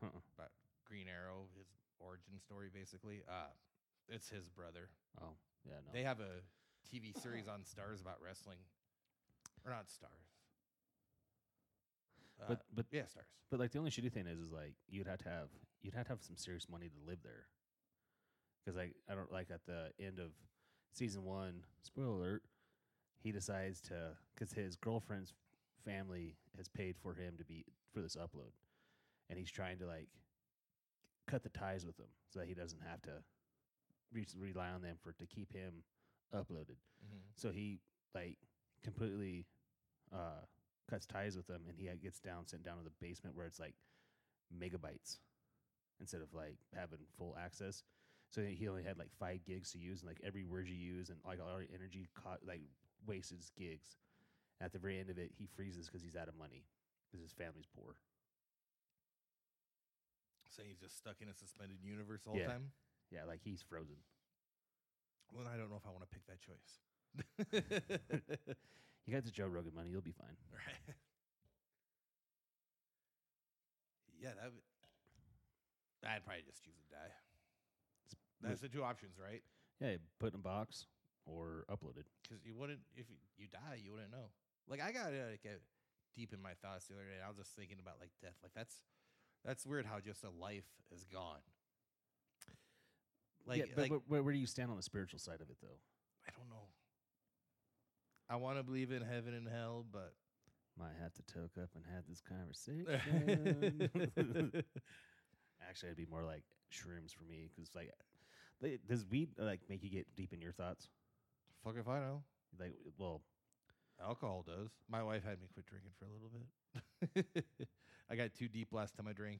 Uh-uh.
About Green Arrow, his origin story, basically. Uh it's his brother.
Oh, yeah, no.
They have a TV series on Stars about wrestling, or not Stars. Uh,
but but
yeah, Stars.
But like the only shitty thing is, is like you'd have to have you'd have to have some serious money to live there. Because like I don't like at the end of season one, spoiler alert, he decides to because his girlfriend's family has paid for him to be for this upload, and he's trying to like cut the ties with them so that he doesn't have to re- rely on them for to keep him uploaded.
Mm-hmm.
So he like completely uh, cuts ties with them, and he uh, gets down, sent down to the basement where it's like megabytes instead of like having full access. So he he only had like five gigs to use, and like every word you use, and like all your energy caught like wasted gigs. At the very end of it, he freezes because he's out of money because his family's poor.
So he's just stuck in a suspended universe all the
Yeah.
time.
Yeah, like he's frozen.
Well, I don't know if I want to pick that choice.
You got the Joe Rogan money, you'll be fine.
right. Yeah, that. Would, I'd probably just choose to die.
It's-
That's the two options, right?
Yeah, put in a box or uploaded.
Because you wouldn't if you, you die, you wouldn't know. Like I got uh, like uh, deep in my thoughts the other day. And I was just thinking about like death. Like that's that's weird how just a life is gone. Like,
yeah, but,
like
but where, where do you stand on the spiritual side of it though?
I don't know. I want to believe in heaven and hell, but
Might have to toke up and have this conversation. Actually, it'd be more like shrooms for me because, like, they, does weed uh, like make you get deep in your thoughts?
fuck if I know.
Like, well,
Alcohol does. My wife had me quit drinking for a little bit. I got too deep last time I drank.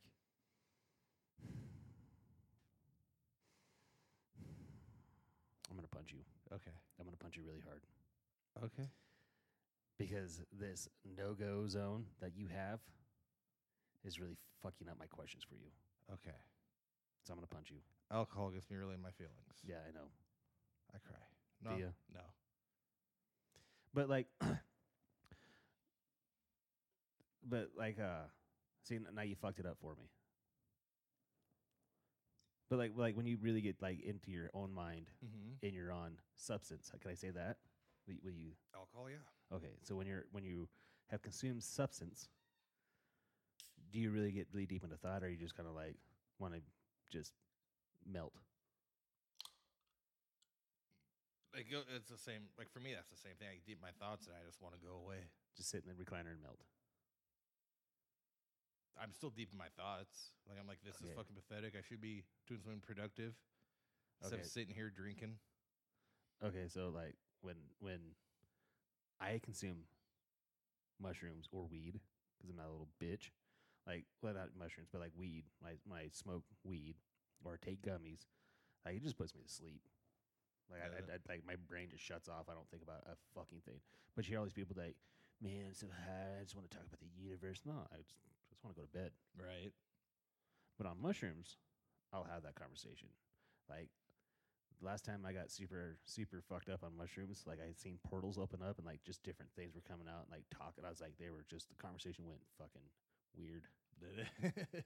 I'm gonna punch you.
Okay.
I'm gonna punch you really hard.
Okay.
because this no go zone that you have is really fucking up my questions for you.
Okay.
So I'm gonna punch you.
Alcohol gets me really in my feelings.
Yeah, I know.
I cry. No.
ya?
No.
But like, but like, uh, see, n- now you fucked it up for me. But like, like when you really get like into your own mind
Mm-hmm.
and you're on substance, can I say that? Will you, will you?
Alcohol, yeah.
Okay, so when you're when you have consumed substance, do you really get really deep into thought, or you just kind of like want to just melt?
Like go- it's the same. Like for me, that's the same thing. I deep my thoughts, and I just want to go away.
just sit in the recliner and melt.
I'm still deep in my thoughts. Like I'm like, this
Okay.
is fucking pathetic. I should be doing something productive instead
Okay.
of sitting here drinking.
Okay, so like when when I consume mushrooms or weed because I'm not a little bitch, like well not mushrooms but like weed, my my smoke weed or take gummies, like it just puts me to sleep. Like I, I, I like my brain just shuts off. I don't think about a fucking thing. But you hear all these people like, man, I'm so high. I just want to talk about the universe. No, I just, just want to go to bed.
Right.
But on mushrooms, I'll have that conversation. Like last time I got super, super fucked up on mushrooms, like I had seen portals open up and like just different things were coming out and like talking. I was like, they were just, the conversation went fucking weird.
Did it?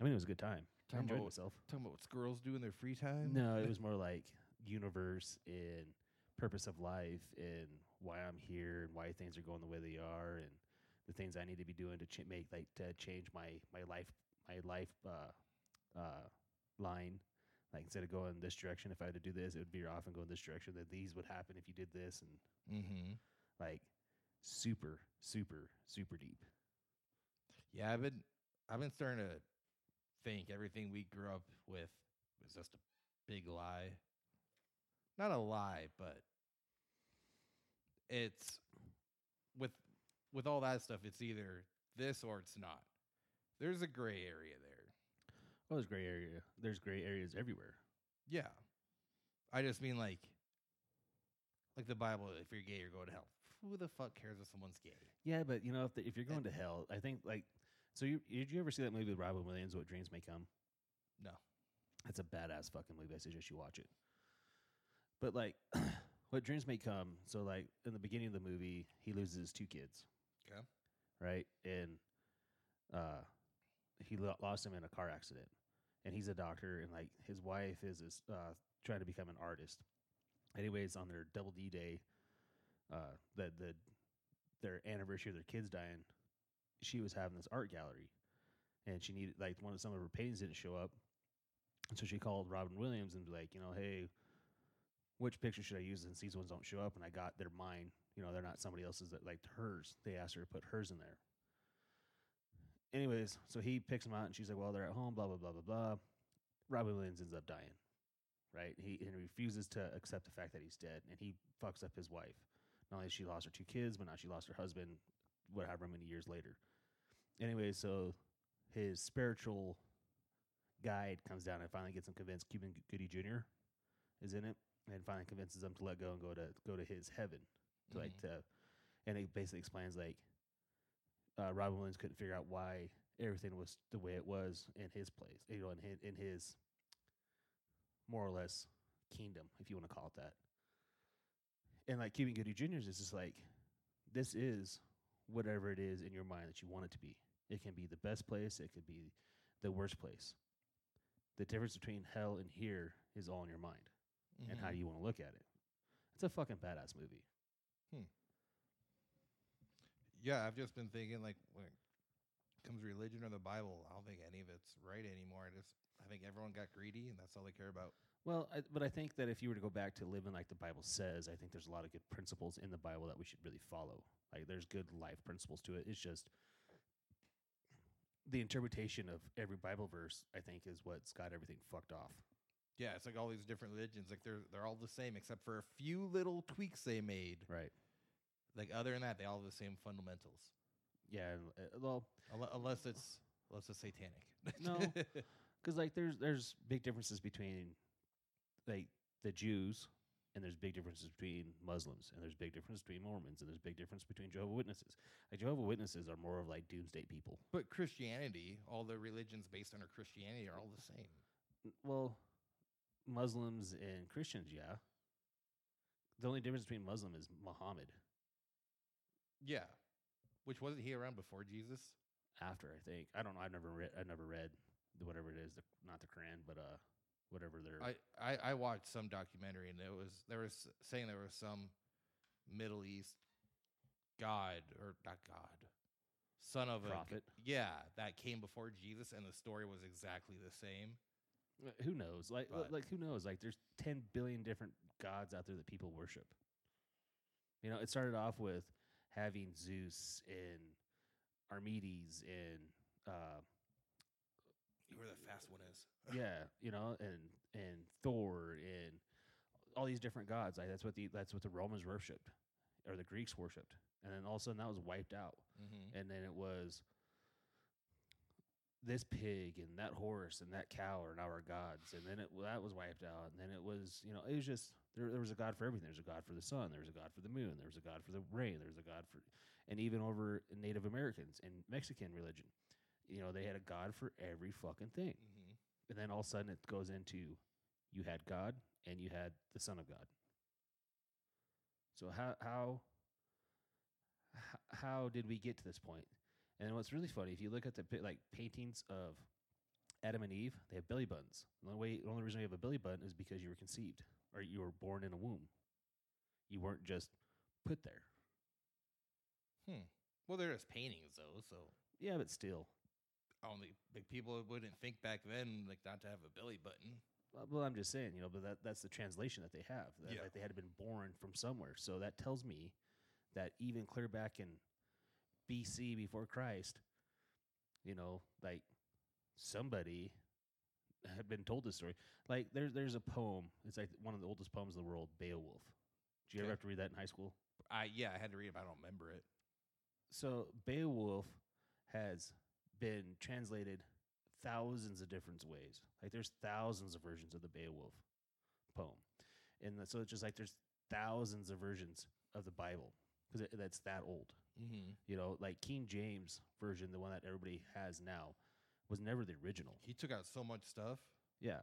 I mean, it was a good time. I
Talking
enjoyed
about-
myself.
Talking about what squirrels do in their free time.
No, it was more like universe and purpose of life and why I'm here and why things are going the way they are and the things I need to be doing to ch- make like to change my my life my life uh, uh, line. Like instead of going this direction, if I had to do this, it would be off and go in this direction. That these would happen if you did this, and
Mm-hmm.
like super, super, super deep.
Yeah, I've been I've been starting to think everything we grew up with was just a big lie. Not a lie, but it's with with all that stuff, it's either this or it's not. There's a gray area there.
Oh, there's gray area. There's gray areas everywhere.
Yeah. I just mean like like the Bible, if you're gay, you're going to hell. Who the fuck cares if someone's gay?
Yeah, but you know, if, the, if you're going to hell, I think like, so you did you ever see that movie with Robin Williams, What Dreams May Come?
No.
That's a badass fucking movie. I suggest you watch it. But like, What Dreams May Come. So like in the beginning of the movie, he loses his two kids.
'Kay.
Right, and uh, he lo- lost him in a car accident, and he's a doctor, and like his wife is is uh, trying to become an artist. Anyways, on their double D day, uh, the the their anniversary of their kids dying, she was having this art gallery, and she needed like one of some of her paintings didn't show up, and so she called Robin Williams and be like, you know, hey, which picture should I use since these ones don't show up? And I got they're mine. You know, they're not somebody else's. That like hers. They asked her to put hers in there. Anyways, so he picks them out, and she's like, well, they're at home. Blah blah blah blah blah. Robin Williams ends up dying. Right, he and he refuses to accept the fact that he's dead, and he fucks up his wife not only she lost her two kids, but now she lost her husband, whatever many years later. Anyway, so his spiritual guide comes down and finally gets him convinced. Cuban Goody Jr. is in it, and finally convinces him to let go and go to go to his heaven, to like to, and it basically explains like uh, Robin Williams couldn't figure out why everything was the way it was in his place, you know, in his, in his more or less kingdom, if you want to call it that and like Cuban Goody Jr.'s is just like, this is whatever it is in your mind that you want it to be. It can be the best place, it could be the worst place. The difference between hell and here is all in your mind and how
Mhm.
you want to look at it. It's a fucking badass movie.
Yeah, I've just been thinking like when it comes to religion or the Bible, I don't think any of it's right anymore. I just I think everyone got greedy and that's all they care about.
Well, I, but I think that if you were to go back to living like the Bible says, I think there's a lot of good principles in the Bible that we should really follow. Like there's good life principles to it. It's just the interpretation of every Bible verse, I think, is what's got everything fucked off.
Yeah, it's like all these different religions, like they're they're all the same except for a few little tweaks they made.
Right.
Like other than that, they all have the same fundamentals.
Yeah. and, uh, Well,
Unle- Unless it's unless it's satanic.
No. because like there's there's big differences between like the Jews and there's big differences between Muslims, and there's big difference between Mormons, and there's big difference between Jehovah Witnesses. Like Jehovah Witnesses are more of like doomsday people.
But Christianity, all the religions based under Christianity are all the same.
N- Well, Muslims and Christians, yeah. The only difference between Muslim is Muhammad.
Yeah. Which wasn't he around before Jesus?
After I think I don't know. I've never read. I've never read the, whatever it is. The, not the Quran, but uh, whatever their
I, I, I watched some documentary and it was there was saying there was some Middle East god or not god son of a
prophet.
g- yeah that came before Jesus and the story was exactly the same.
Uh, Who knows? Like, li-
But-
like who knows? Like, there's 10 billion different gods out there that people worship. You know, it started off with having Zeus and Armides and uh,
You were the fast one is.
yeah, you know, and and Thor and all these different gods. Like that's what the that's what the Romans worshipped or the Greeks worshipped, and then all of a sudden that was wiped out
Mm-hmm.
and then it was this pig and that horse and that cow are now our gods and then it that was wiped out and then it was you know it was just there, there was a god for everything there's a god for the sun there was a god for the moon there was a god for the rain there was a god for and even over native americans and mexican religion you know they had a god for every fucking thing
Mm-hmm.
and then all of a sudden it goes into you had God and you had the Son of God. So how how h- how did we get to this point? And what's really funny, if you look at the pi- like paintings of Adam and Eve, they have belly buttons. The only way, the only reason you have a belly button is because you were conceived or you were born in a womb. You weren't just put there.
Well, they're just paintings though, so
Yeah, but still,
only like people wouldn't think back then like not to have a belly button.
Uh, Well, I'm just saying, you know, but that, that's the translation that they have. That,
Yeah.
Like they had been born from somewhere. So that tells me that even clear back in BC before Christ, you know, like somebody had been told this story. Like there's there's a poem. It's like one of the oldest poems in the world, Beowulf. Did you ever
Okay.
have to read that in high school?
I yeah, I had to read it, but I don't remember it.
So Beowulf has been translated thousands of different ways. Like there's thousands of versions of the Beowulf poem, and so it's just like there's thousands of versions of the Bible because that's that old.
Mm-hmm.
You know, like King James version, the one that everybody has now, was never the original.
He took out so much stuff.
Yeah,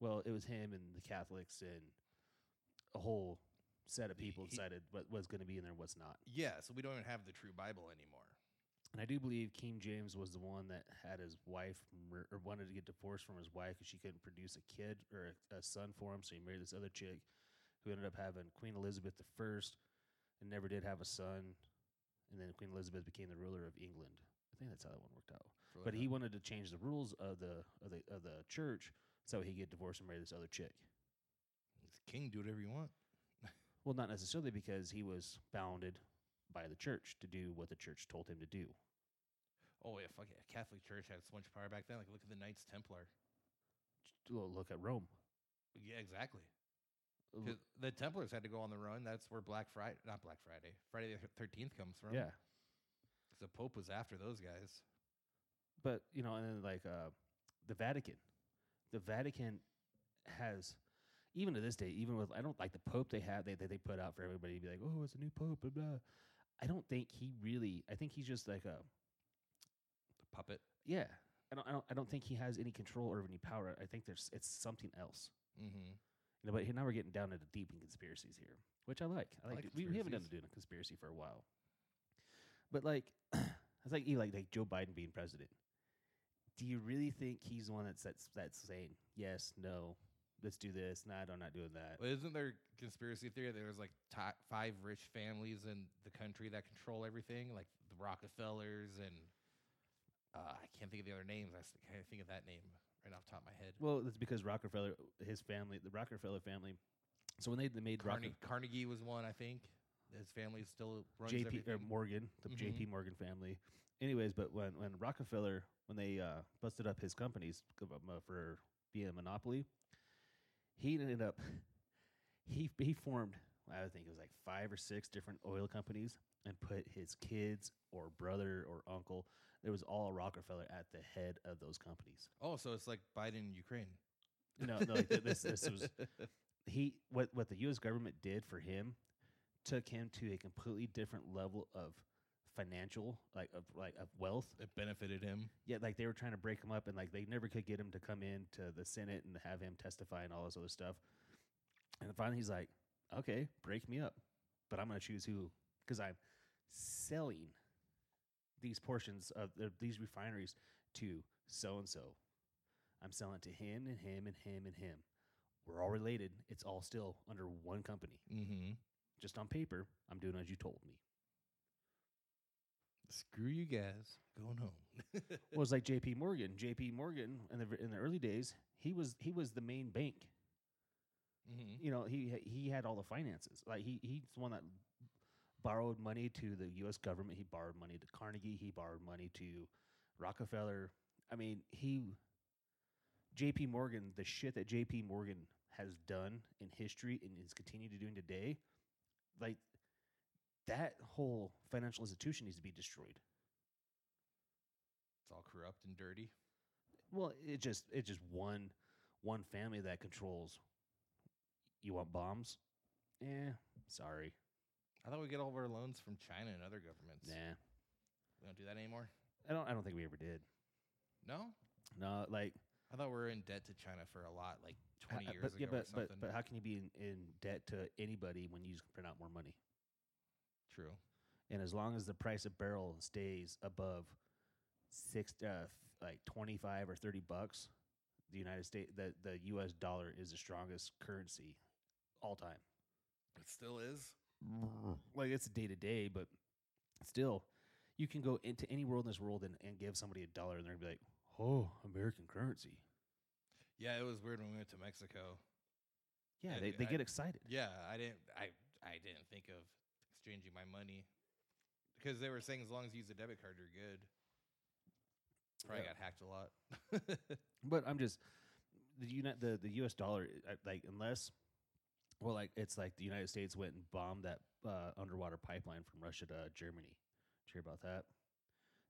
well, it was him and the Catholics and a whole set of
He-
people
he-
decided what was going to be in there, and what's not.
Yeah, so we don't even have the true Bible anymore.
And I do believe King James was the one that had his wife mur- or wanted to get divorced from his wife because she couldn't produce a kid or a, a son for him. So he married this other chick who ended up having Queen Elizabeth the First and never did have a son. And then Queen Elizabeth became the ruler of England. I think that's how that one worked out.
for
But
that.
he wanted to change the rules of the of the of the church so he could get divorced and marry this other chick.
He's king, do whatever you want.
Well, not necessarily because he was bounded by the church to do what the church told him to do.
Oh yeah, fuck yeah. Catholic Church had so much power back then. Like look at the Knights Templar.
Well, Look at Rome.
Yeah, exactly.
Look-
'Cause The Templars had to go on the run. That's where Black Friday, not Black Friday, Friday the Thirteenth comes from.
Yeah.
'Cause the Pope was after those guys.
but you know, and then like uh, the Vatican, the Vatican has even to this day, even with I don't like the Pope they have they they, they put out for everybody to be like, oh, it's a new Pope, blah blah. I don't think he really. I think he's just like a
The puppet.
yeah. I don't I don't I don't think he has any control or any power. I think there's it's something else.
Mm-hmm.
You know, but here now we're getting down into deep in conspiracies here, which I like. I like,
like
do- we, we haven't done
conspiracies.
doing a conspiracy for a while. But like, it's like you like like Joe Biden being president. Do you really think he's the one that's that's, that's saying yes, no, let's do this, nah, I'm not doing that?
But isn't there conspiracy theory? that There's like top five rich families in the country that control everything, like the Rockefellers and uh, I can't think of the other names. I s- can't think of that name right off the top of my head.
Well, that's because Rockefeller, his family, the Rockefeller family. So when they, they made
Carne-
Rockefeller,
Carnegie was one, I think. His family still runs
JP
everything.
or Morgan, the
Mhm.
JP Morgan family. Anyways, but when when Rockefeller when they uh, busted up his companies c- um, uh, for being a monopoly, he ended up he he formed I would think it was like five or six different oil companies and put his kids or brother or uncle. There was all Rockefeller at the head of those companies.
oh, so it's like Biden and Ukraine.
No, no, like th- this this was he what what the U.S. government did for him took him to a completely different level of financial like of like of wealth.
It benefited him.
Yet like they were trying to break him up and like they never could get him to come in to the Senate and have him testify and all this other stuff. And then finally he's like, "Okay, break me up, but I'm going to choose who because I'm selling these portions of the, these refineries to so and so. I'm selling to him and him and him and him. We're all related. It's all still under one company.
Mm-hmm.
Just on paper, I'm doing as you told me."
Screw you guys. Going home.
Well, it's like J.P. Morgan. J.P. Morgan in the v- in the early days, he was he was the main bank.
mm-hmm.
You know, he ha- he had all the finances. Like he he's the one that borrowed money to the U.S. government. He borrowed money to Carnegie. He borrowed money to Rockefeller. I mean, he J.P. Morgan. The shit that J.P. Morgan has done in history and is continued to doing today, like that whole financial institution needs to be destroyed.
It's all corrupt and dirty.
Well, it just it's just one one family that controls. You want bombs? Yeah, sorry.
I thought we get all of our loans from China and other governments.
Nah,
We don't do that anymore.
I don't. I don't think we ever did.
No,
No, like,
I thought we were in debt to China for a lot, like
I-
twenty
I-
years
Uh, but
ago
yeah,
or
but,
something.
but but how can you be in, in debt to anybody when you just print out more money?
True.
And as long as the price of barrel stays above six, uh, f- like twenty five or thirty bucks, the United States, the the U.S. dollar is the strongest currency all time.
It still is.
like it's day to day, but still, you can go into any world in this world and, and give somebody a dollar, and they're gonna be like, "Oh, American currency."
Yeah, it was weird when we went to Mexico.
Yeah,
Yeah,
they,
dude,
they
I-
get excited.
Yeah, I didn't. I I didn't think of exchanging my money because they were saying as long as you use a debit card, you're good. Probably
Yeah.
got hacked a lot.
But I'm just the uni- the the U.S. dollar, I- like unless, well, like it's like the United States went and bombed that uh, underwater pipeline from Russia to Germany. Did you hear about that?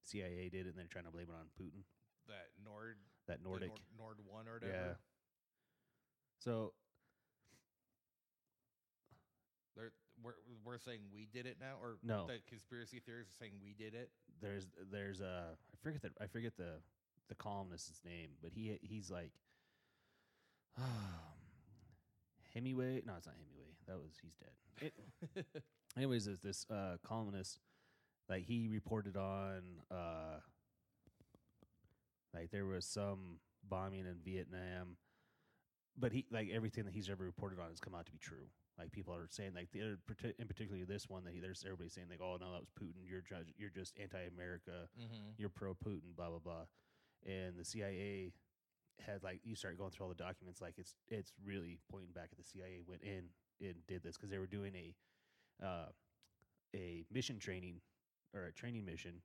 CIA did, it, and they're trying to blame it on Putin.
that Nord
That
the
Nordic.
Nord, Nord One or whatever.
yeah. So
They're, we're we're saying we did it now, or
No.
the conspiracy theorists are saying we did it.
there's there's a I forget the I forget the the columnist's name, but he he's like Hemingway. No, it's not Hemingway. That was he's dead. It, anyways, there's this uh, columnist like he reported on uh, like there was some bombing in Vietnam, but he like everything that he's ever reported on has come out to be true. Like people are saying, like the other, parti- in particular this one that he, there's everybody saying like, oh no, that was Putin. You're judge, you're just anti-America.
mm-hmm.
You're pro-Putin. Blah blah blah. And the CIA had like you start going through all the documents, like it's it's really pointing back at the CIA went in and did this because they were doing a uh, a mission training or a training mission,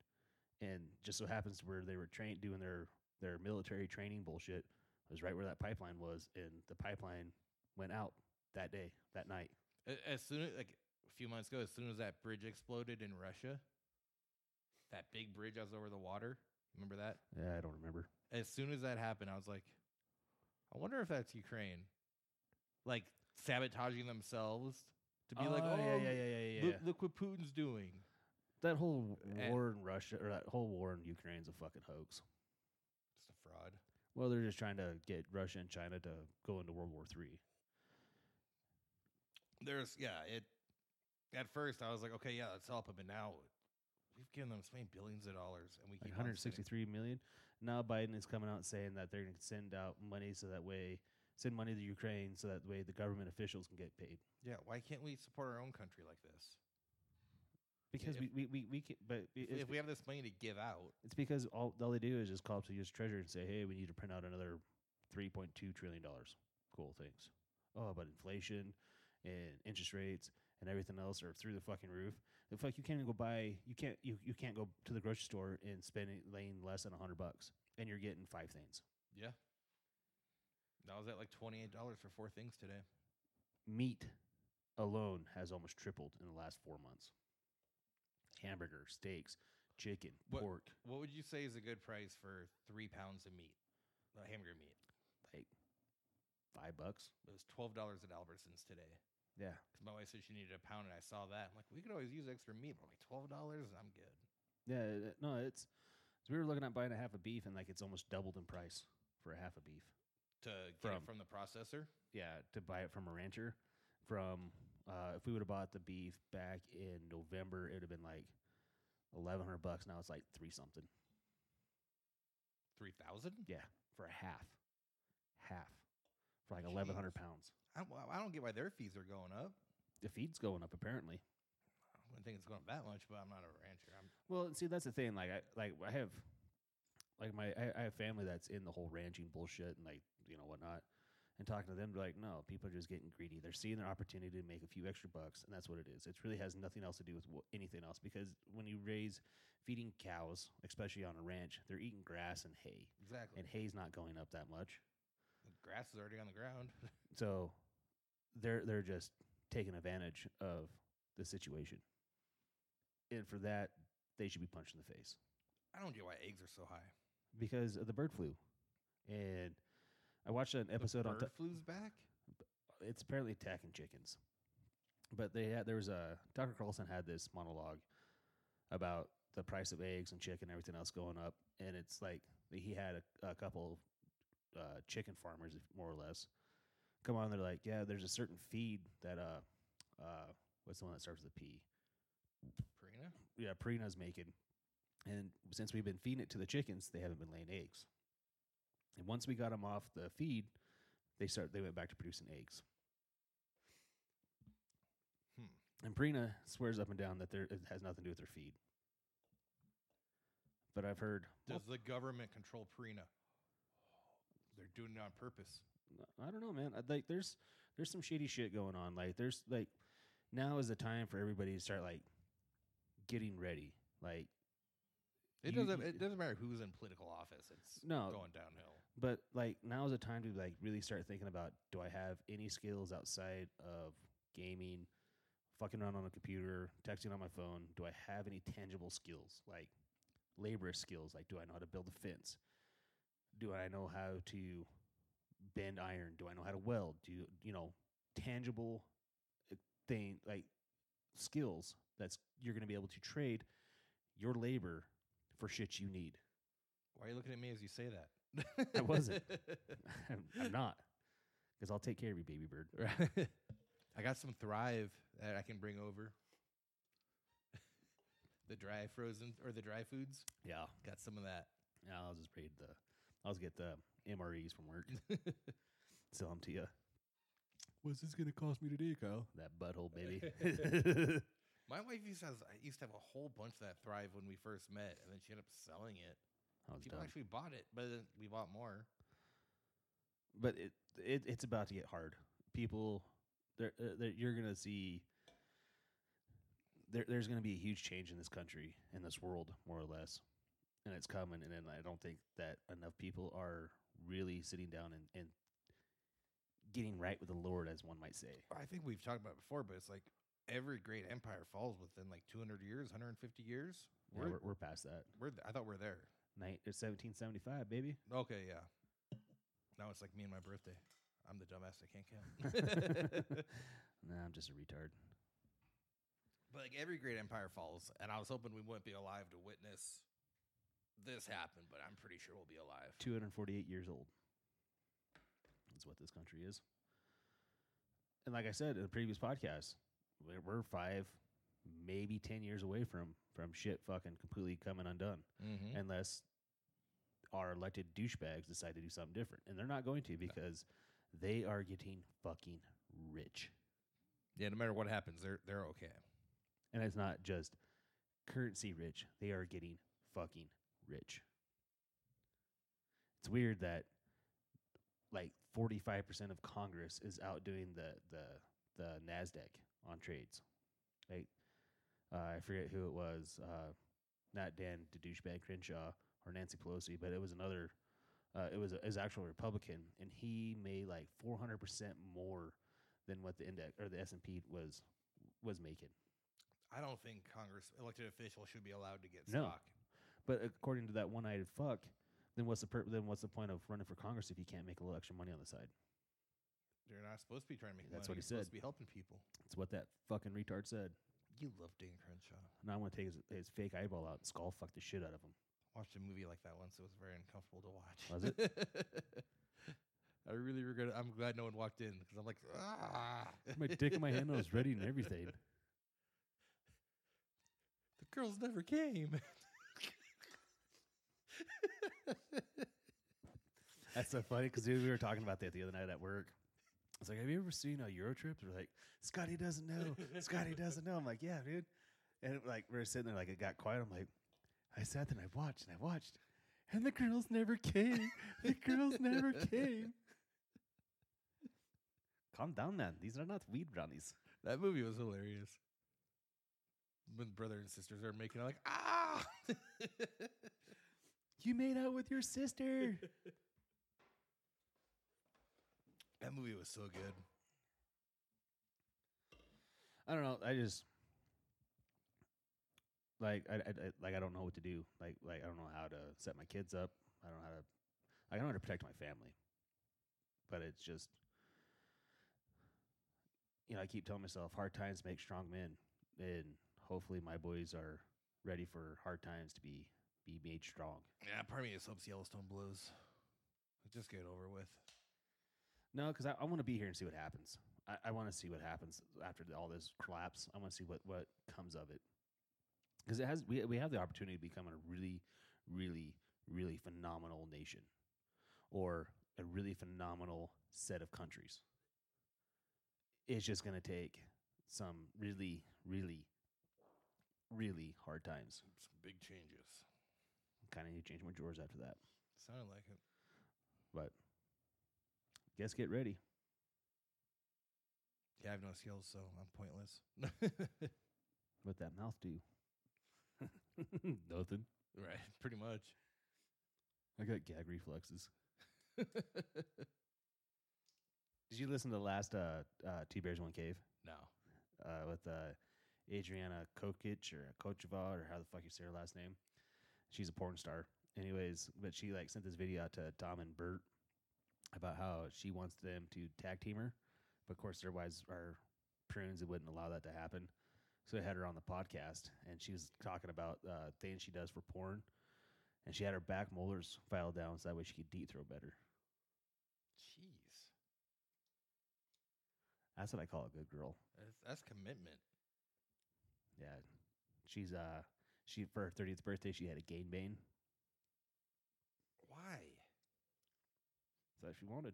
and just so happens where they were train doing their their military training bullshit was right where that pipeline was, and the pipeline went out that day that night.
A- As soon as like a few months ago, as soon as that bridge exploded in Russia, that big bridge that was over the water. Remember that?
Yeah, I don't remember.
As soon as that happened, I was like, I wonder if that's Ukraine, like sabotaging themselves to be like, oh
yeah, yeah, yeah, yeah, yeah.
Look, look what Putin's doing.
that whole w-
And-
war in Russia or that whole war in Ukraine's a fucking hoax.
Just a fraud.
Well, they're just trying to get Russia and China to go into World War Three.
There's yeah. It at first I was like, okay, yeah, let's help him, and now we've given them so many billions of dollars, and we
Like
keep on sending-
163 million. Now Biden is coming out saying that they're going to send out money so that way send money to Ukraine so that way the government officials can get paid.
Yeah, why can't we support our own country like this?
Because
if-
we, we, we, we can, but
If,
it's,
if we have this money to give out,
it's because all, all they do is just call up to the U.S. Treasury and say, "Hey, we need to print out another 3.2 trillion dollars." Cool, thanks. Oh, but inflation and interest rates and everything else are through the fucking roof. The fuck, you can't even go buy. You can't. You, you can't go to the grocery store and spend it- laying less than a hundred bucks, and you're getting five things.
yeah. I was at like twenty eight dollars for four things today.
Meat alone has almost tripled in the last four months. Hamburger, steaks, chicken,
What-
pork.
What would you say is a good price for three pounds of meat, uh, hamburger meat?
like five bucks.
It was twelve dollars at Albertsons today.
Yeah.
Because my wife said she needed a pound, and I saw that. I'm like, we could always use extra meat. But I'm like, twelve dollars, I'm good.
Yeah, uh, no, it's 'cause we were looking at buying a half a beef, and like it's almost doubled in price for a half a beef.
To get
From-
it from the processor,
Yeah, to buy it from a rancher, from uh, if we would have bought the beef back in November, it would have been like eleven hundred bucks. Now it's like three something
three thousand.
for a half, half for like eleven hundred
Jeez.
pounds.
I, well, I don't get why their fees are going up.
The feed's going up apparently.
I wouldn't think it's going up that much, but I'm not a rancher. I'm
Well, see, that's the thing. Like, I like I have like my I, I have family that's in the whole ranching bullshit and like you know whatnot. And talking to them, they're like, no, people are just getting greedy. They're seeing their opportunity to make a few extra bucks, and that's what it is. It really has nothing else to do with wh- anything else because when you raise feeding cows, especially on a ranch, they're eating grass and hay,
exactly.
and hay's not going up that much.
the grass is already on the ground.
So they're they're just taking advantage of the situation, and for that, they should be punched in the face.
I don't get why eggs are so high.
because of the bird flu. And I watched an
The
episode on
bird
t-
flu's back.
it's apparently attacking chickens. But they had there was a Dr. Carlson had this monologue about the price of eggs and chicken and everything else going up, and it's like he had a, a couple uh, chicken farmers, if- more or less, come on. They're like, yeah, there's a certain feed that uh, uh, what's the one that starts with a P?
Purina.
yeah, Prina's making. And since we've been feeding it to the chickens, they haven't been laying eggs. And once we got them off the feed, they start they went back to producing eggs. And Prina swears up and down that there it has nothing to do with their feed. But I've heard
Does the government control Purina? They're doing it on purpose.
I don't know, man. I- Like, there's there's some shady shit going on. Like, there's like now is the time for everybody to start like getting ready. Like,
It
You-
doesn't.
you-
It doesn't matter who's in political office. It's
No.
going downhill.
but like now is a time to like really start thinking about do i have any skills outside of gaming fucking around on a computer texting on my phone do i have any tangible skills like labor skills like do i know how to build a fence do i know how to bend iron do i know how to weld do you, you know tangible uh, thing like skills that's you're going to be able to trade your labor for shit you need
Why are you looking at me as you say that?
I wasn't. I'm, I'm not, because I'll take care of you, baby bird.
Right. I got some Thrive that I can bring over. the dry frozen or the dry foods.
Yeah,
Got some of that.
yeah. I'll just read the. I'll just get the MREs from work. Sell them to you.
What's this going to cost me today, Kyle?
That butthole baby.
My wife used to, have, I used to have a whole bunch of that Thrive when we first met, and then she ended up selling it.
I was
People
done.
actually bought it, but then we bought more.
But it, it it's about to get hard. People, they're, uh, they're, you're gonna see. There, there's gonna be a huge change in this country, in this world, more or less, and it's coming. And then I don't think that enough people are really sitting down and, and getting right with the Lord, as one might say.
I think we've talked about it before, but it's like every great empire falls within like 200 years, 150 years.
Yeah,
We're,
we're, we're past that.
we're th- I thought we're there.
Night it's 1775, baby.
Okay, yeah. Now it's like me and my birthday. I'm the dumbass that can't count.
nah, I'm just a retard.
but like every great empire falls, and I was hoping we wouldn't be alive to witness this happen, but I'm pretty sure we'll be alive.
248 years old. That's what this country is. And like I said in the previous podcast, we're, we're five, maybe 10 years away from from shit fucking completely coming undone,
Mm-hmm.
unless our elected douchebags decide to do something different, and they're not going to because they are getting fucking rich.
Yeah, no matter what happens, they're they're okay.
And it's not just currency rich, they are getting fucking rich. It's weird that like 45% of Congress is outdoing the the the Nasdaq on trades. Like uh, I forget who it was, uh, not Dan the douchebag Crenshaw or Nancy Pelosi, but it was another uh, it was a, it was actual Republican, and he made like 400% more than what the index or the S&P was was making.
I don't think Congress elected officials should be allowed to get
No.
stock.
But according to that one-eyed fuck, then what's the per- then what's the point of running for Congress if you can't make a little extra money on the side?
They're not supposed to be trying to make
That's
money.
what he
You're supposed
said.
to be helping people.
It's what that fucking retard said.
You love Dan Crenshaw.
Now I'm gonna take his, his fake eyeball out and skull fuck the shit out of him.
Watched a movie like that once. It was very uncomfortable to watch.
Was
it? I really regret it. I'm glad no one walked in because I'm like, ah.
My dick in my hand, I was ready and everything.
The girls never came.
That's so funny because we were talking about that the other night at work. It's like, have you ever seen a Euro trip? They're like, Scotty doesn't know. Scotty doesn't know. I'm like, yeah, dude. And it, like we were sitting there, like it got quiet. I'm like, I sat there and I watched and I watched, and the girls never came. the girls never came. Calm down, man. These are not weed brownies.
That movie was hilarious. When brother and sisters are making out, like, ah.
You made out with your sister.
that movie was so good.
I don't know. I just like I, I I- like I don't know what to do. Like like I don't know how to set my kids up. I don't know how to. I don't know how to protect my family. But it's just you know I keep telling myself hard times make strong men, and hopefully my boys are ready for hard times to be be made strong.
Yeah, part of me just hopes Yellowstone blows. Just get it over with.
No, because I, I want to be here and see what happens. I, I want to see what happens after the, all this collapse. I want to see what, what comes of it. Because it has we we have the opportunity to become a really, really, really phenomenal nation, or a really phenomenal set of countries. It's just going to take some really, really, really hard times.
Some big changes.
Kind of need to change my drawers after that.
Sounded like it.
But guess get ready.
Yeah, I have no skills, so I'm pointless.
What that mouth do? Nothing.
right, pretty much.
I got gag reflexes. Did you listen to the last uh, uh, Two Bears One Cave
no.
uh, with uh, Adriana Kokic or Kocheva or how the fuck you say her last name? She's a porn star, anyways. But she like sent this video out to Tom and Bert about how she wants them to tag team her, but of course their wives are prunes and wouldn't allow that to happen. So I had her on the podcast, and she was talking about uh, things she does for porn, and she had her back molars filed down so that way she could deep throw better.
Jeez.
That's what I call a good girl.
That's, that's commitment.
Yeah, she's uh, she for her thirtieth birthday she had a gangbang.
Why?
So she wanted.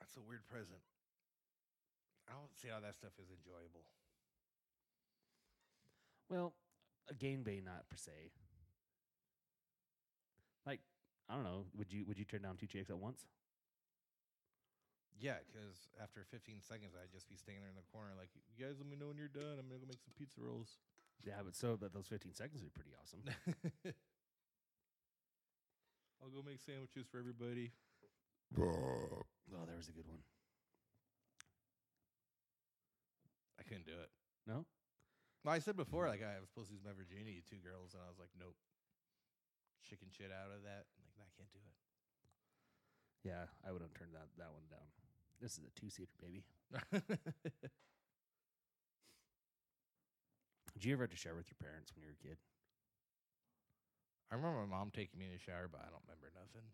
That's a weird present. I don't see how that stuff is enjoyable.
Well, a gangbang not per se. Like I don't know. Would you would you turn down two chicks at once?
Yeah, because after 15 seconds, I'd just be standing there in the corner, like, you guys let me know when you're done. I'm going to go make some pizza rolls.
Yeah, but so that those fifteen seconds are pretty awesome.
I'll go make sandwiches for everybody.
oh, there was a good one.
I couldn't do it.
No,
Well, I said before, like, I was supposed to use my virginity to two girls, and I was like, nope. Chicken shit out of that. Like, "No, I can't do it.
yeah, I would have turned that that one down. This is a two seater, baby. Did you ever have to share with your parents when you were a kid?
I remember my mom taking me in the shower, but I don't remember nothing.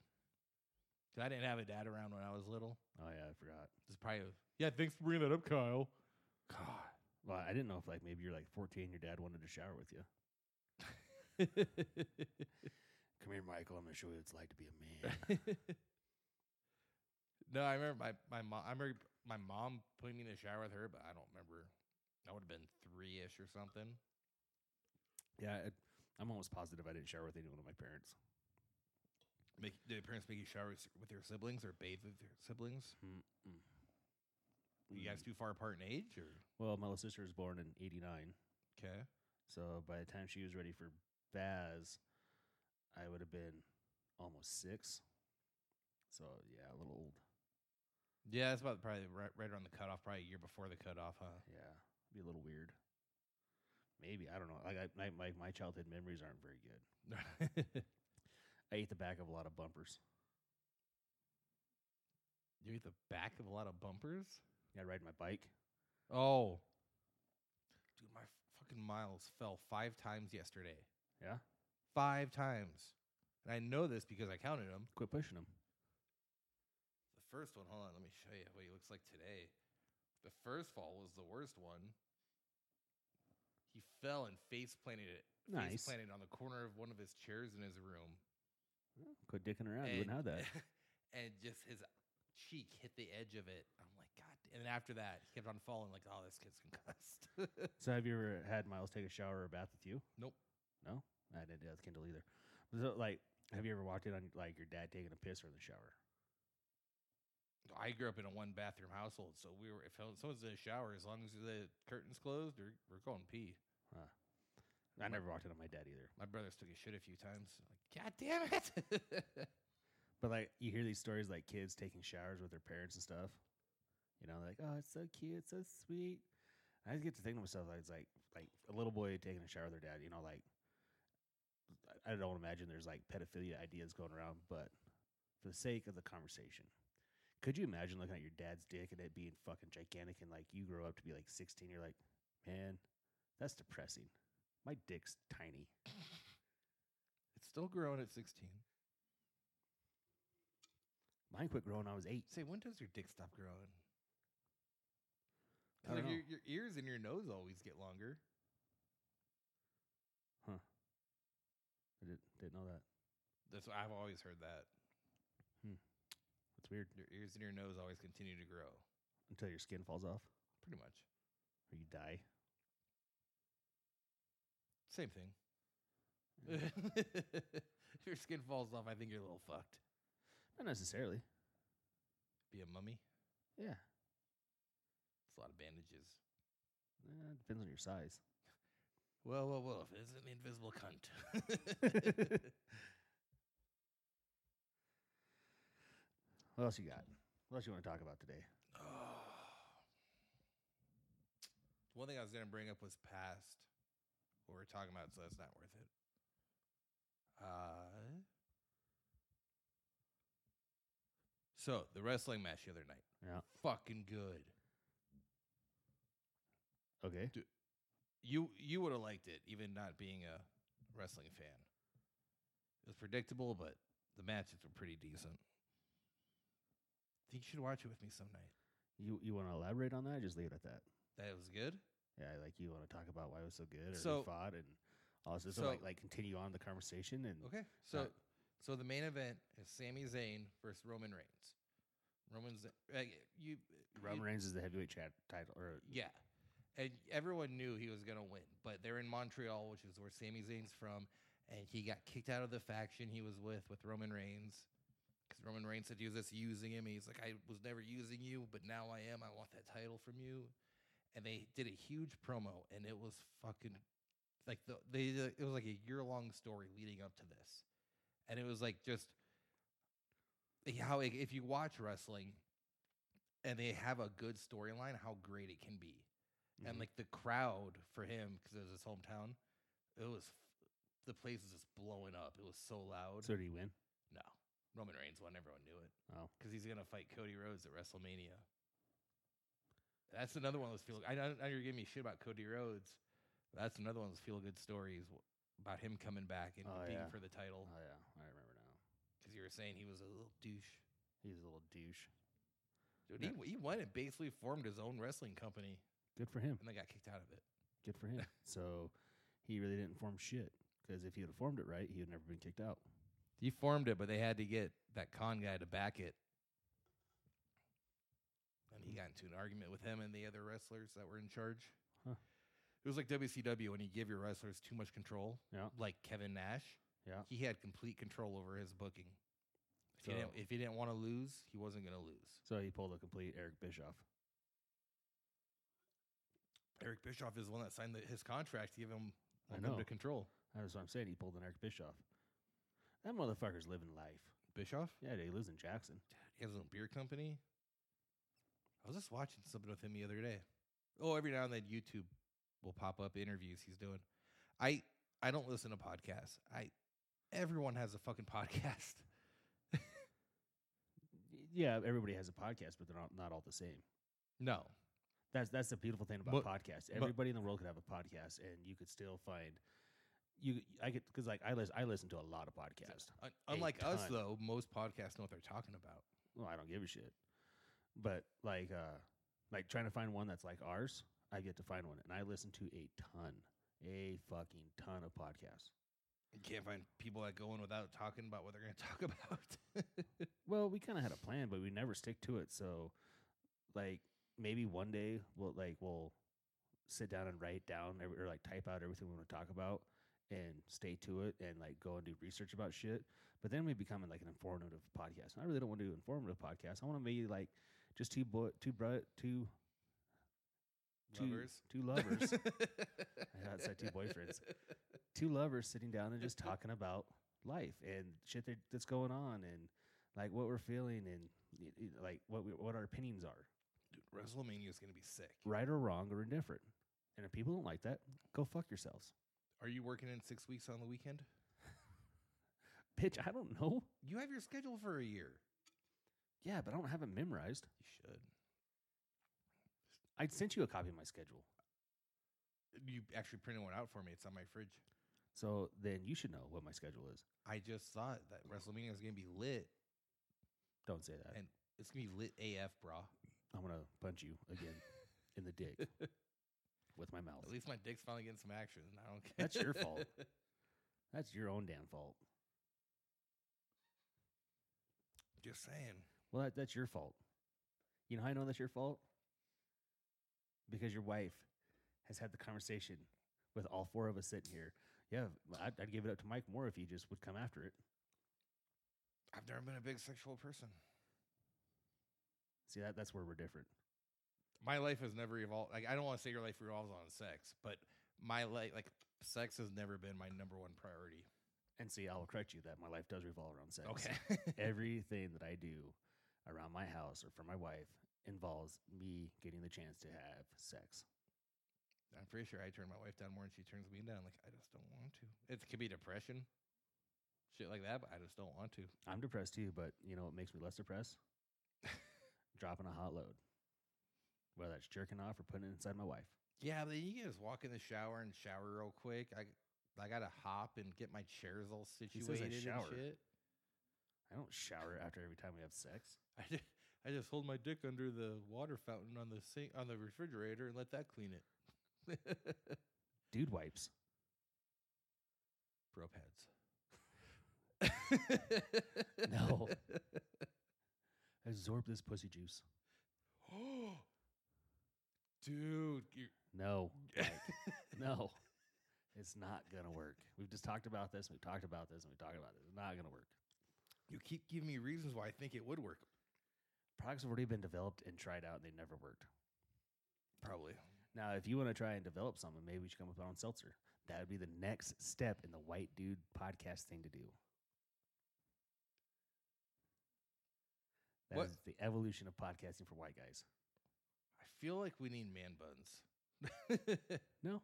'Cause I didn't have a dad around when I was little.
Oh yeah, I forgot.
It's probably yeah. Thanks for bringing that up, Kyle.
God. Well, I didn't know if like maybe you're like 14, your dad wanted to shower with you. Come here, Michael. I'm gonna show you what it's like to be a man.
no, I remember my my mom. I remember my mom putting me in the shower with her, but I don't remember. I would have been three ish or something.
yeah, I, I'm almost positive I didn't shower with anyone of my parents.
Make do your parents make you shower with s- with their siblings or bathe with their siblings? You guys
Mm.
too far apart in age, or
Well, my little sister was born in '89,
okay?
so by the time she was ready for Baz, I would have been almost six. So yeah, a little old.
Yeah, that's about probably right, right around the cutoff, probably a year before the cutoff, huh?
Yeah, be a little weird. Maybe I don't know. Like I, my, my my childhood memories aren't very good. I ate the back of a lot of bumpers.
You eat the back of a lot of bumpers?
Yeah, riding my bike.
Oh. Dude, my fucking miles fell five times yesterday.
Yeah?
Five times. And I know this because I counted them.
Quit pushing them.
The first one, hold on, let me show you what he looks like today. The first fall was the worst one. He fell and face planted it. Face
Nice.
planted on the corner of one of his chairs in his room.
Well, Quit dicking around. you wouldn't have that.
and just his cheek hit the edge of it. I'm like, God. da-" And then after that, he kept on falling, like, oh, this kid's concussed.
So have you ever had Miles take a shower or a bath with you?
Nope.
No, I didn't do that with Kindle either. So, like, have you ever walked in on like your dad taking a piss or in the shower?
I grew up in a one bathroom household, so we were if someone's in the shower, as long as the curtains closed, we're, we're going pee.
I never walked in on my dad either.
My brother's took a shit a few times. Like, God damn it!
But like, you hear these stories like kids taking showers with their parents and stuff. You know, like, oh, it's so cute, it's so sweet. I just get to think to myself, like, it's like like a little boy taking a shower with their dad. You know, like, I I don't imagine there's like pedophilia ideas going around, but for the sake of the conversation. Could you imagine looking at your dad's dick and it being fucking gigantic and like you grow up to be like 16, you're like, man, that's depressing. My dick's tiny.
it's still growing at 16.
Mine quit growing when I was eight.
Say, when does your dick stop growing?
I
'Cause
don't
like your,
know.
your ears and your nose always get longer.
I did, didn't know that.
That's what I've always heard that.
That's weird.
Your ears and your nose always continue to grow,
Until your skin falls off
pretty much.
or you die.
Same thing. if your skin falls off, I think you're a little fucked.
Not necessarily.
Be a mummy.
Yeah.
It's a lot of bandages.
Eh, it depends on your size.
Well, well, well, if it isn't the invisible cunt.
What else you got? What else you want to talk about today?
Oh. One thing I was going to bring up was past. What we're talking about, so that's not worth it. Uh, so, the wrestling match the other night.
Yeah.
Fucking good.
Okay.
You you would have liked it, even not being a wrestling fan. It was predictable, but the matches were pretty decent. think you should watch it with me some night.
You you want to elaborate on that? Just leave it at that.
That was good.
Yeah, like you want to talk about why it was so good or who
So-
fought and all this. So,
so-
like, like continue on the conversation and
Okay. So
Alright.
so the main event is Sami Zayn versus Roman Reigns. Roman's uh, you
Roman
you-
Reigns is the heavyweight chat title or
Yeah. And everyone knew he was going to win, but they're in Montreal, which is where Sami Zayn's from, and he got kicked out of the faction he was with with Roman Reigns. Because Roman Reigns said he was just using him. and He's like, I was never using you, but now I am. I want that title from you. And they did a huge promo, and it was fucking like the they did- it was like a year long story leading up to this, and it was like just how like, if you watch wrestling, and they have a good storyline, how great it can be. And
Mhm.
like the crowd for him, because it was his hometown, it was f- the place was just blowing up. It was so loud.
So did he win?
no, Roman Reigns won. Everyone knew it
Oh,
because he's gonna fight Cody Rhodes at WrestleMania. That's another one of those feel. I know, I know you're giving me shit about Cody Rhodes. But that's another one of those feel good stories w- about him coming back and
Oh,
being
yeah.
for the title.
oh yeah, I remember now.
Because you were saying he was a little douche.
He's a little douche.
Dude,
Yeah.
he, he went and basically formed his own wrestling company,
Good for him.
and then got kicked out of it.
Good for him. so he really didn't form shit because if he would have formed it right, he would never been kicked out.
He formed it, but they had to get that con guy to back it. And he got into an argument with him and the other wrestlers that were in charge.
Huh.
It was like WCW when you give your wrestlers too much control.
Yeah.
Like Kevin Nash.
Yeah.
He had complete control over his booking. If he didn't
So-
if he didn't want to lose, he wasn't gonna lose.
So he pulled a complete Eric Bischoff.
Eric Bischoff is the one that signed the, his contract to give him
I
give him
know.
to control.
That's what I'm saying. He pulled an Eric Bischoff. That motherfucker's living life.
Bischoff?
Yeah, dude, he lives in Jackson.
He has a beer company. I was just watching something with him the other day. Oh, every now and then YouTube will pop up interviews he's doing. I I don't listen to podcasts. I everyone has a fucking podcast.
Y- yeah, everybody has a podcast, but they're not, not all the same.
No,
That's that's the beautiful thing about
But-
podcasts.
but-
Everybody in the world could have a podcast, and you could still find you. I could because like I listen I listen to a lot of podcasts.
Un- unlike us
ton.
though, most podcasts know what they're talking about.
Well, I don't give a shit. But like uh like trying to find one that's like ours, I get to find one, and I listen to a ton, a fucking ton of podcasts.
You can't find people that go in without talking about what they're going to talk about.
Well, we kind of had a plan, but we never stick to it. So, like, maybe one day we'll like we'll sit down and write down every, or like type out everything we want to talk about and stay to it and like go and do research about shit. But then we become like an informative podcast. And I really don't want to do informative podcast. I want to be like just two bo- two bro- two two
Lovers.
two lovers, I said two boyfriends. two lovers sitting down and just talking about life and shit that, that's going on and like what we're feeling and y- y- like what we, what our opinions are,
Dude, WrestleMania is going to be sick.
right or wrong or indifferent. And if people don't like that, go fuck yourselves,
Are you working in six weeks on the weekend?
bitch. I don't know.
You have your schedule for a year.
Yeah, but I don't have it memorized.
You should.
I sent you a copy of my schedule,
You actually printed one out for me. It's on my fridge.
so then you should know what my schedule is.
I just saw it, that WrestleMania is going to be lit.
Don't say that.
And it's going to be lit AF, brah.
I'm gonna punch you again in the dick with my mouth.
At least my dick's finally getting some action. I don't care.
That's your fault. That's your own damn fault.
Just saying.
Well, that, that's your fault. You know how I know that's your fault? Because your wife has had the conversation with all four of us sitting here. Yeah, I'd, I'd give it up to Mike Moore if he just would come after it.
I've never been a big sexual person.
See, that that's where we're different.
my life has never evolved. Like I don't want to say your life revolves on sex, but my life, like sex, has never been my number one priority.
And see, I'll correct you that my life does revolve around sex.
Okay.
Everything that I do around my house or for my wife involves me getting the chance to have sex.
I'm pretty sure I turn my wife down more than she turns me down. Like I just don't want to. It could be depression, shit like that. But I just don't want to.
I'm depressed too, but you know what makes me less depressed? Dropping a hot load. Whether that's jerking off or putting it inside my wife.
Yeah, but then you can just walk in the shower and shower real quick. I I gotta hop and get my chairs all
says I
situated and
shower.
shit.
I don't shower after every time we have sex.
I just, I just hold my dick under the water fountain on the sink on the refrigerator and let that clean it.
Dude wipes.
Bro pads.
No. Absorb this pussy juice.
Dude, you
No. Mike, no. It's not going to work. We've just talked about this and we've talked about this and we've talked about this. It's not going to work.
you keep giving me reasons why I think it would work.
Products have already been developed and tried out and they never worked.
Probably.
Now, if you want to try and develop something, maybe we should come up with our own seltzer. That would be the next step in the white dude podcast thing to do. That is
What-
the evolution of podcasting for white guys.
I feel like we need man buns.
No.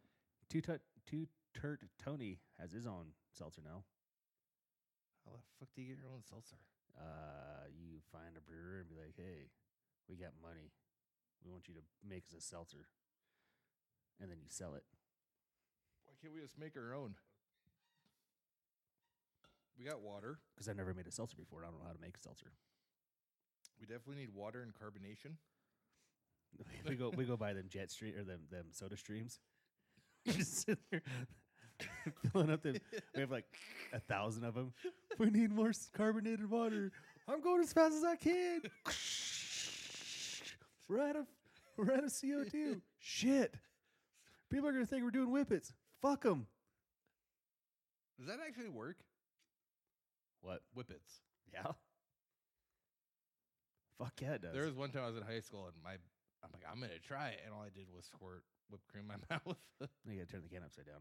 Two tut two turt Tony has his own seltzer now.
How the fuck do you get your own seltzer?
Uh, you find a brewer and be like, "Hey, we got money. We want you to make us a seltzer," and then you sell it.
Why can't we just make our own? We got water.
Because I've never made a seltzer before. I don't know how to make a seltzer.
We definitely need water and carbonation.
we go we go buy them jet stream or them them soda streams. Just sit there filling up them. We have like a thousand of them. We need more s- carbonated water. I'm going as fast as I can. We're out of we're out of CO2. Shit. People are gonna think we're doing whippets. Fuck them.
Does that actually work?
What?
Whippets.
Yeah. Fuck yeah, it does.
There was one time I was in high school and my I'm like, I'm gonna try it, and all I did was squirt whipped cream in my mouth.
you gotta turn the can upside down.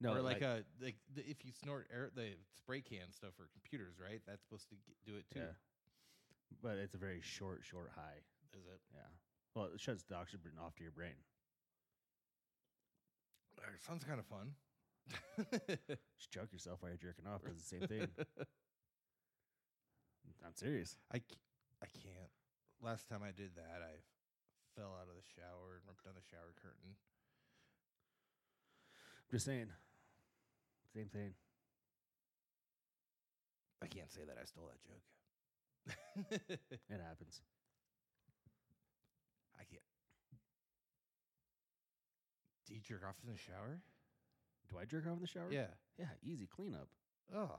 No,
or
like,
like, a like the, if you snort air, the spray can stuff for computers, right? That's supposed to g- do it too.
yeah. But it's a very short, short high.
Is it?
Yeah. Well, it shuts the oxygen off to your brain.
Uh, sounds kind of fun.
Just choke yourself while you're jerking off. Does the same thing. I'm serious.
I, c- I can't. Last time I did that, I fell out of the shower and ripped down the shower curtain.
I'm just saying. Same thing.
I can't say that I stole that joke.
It happens.
I can't. Do you jerk off in the shower?
Do I jerk off in the shower?
Yeah.
Yeah. Easy cleanup.
Oh.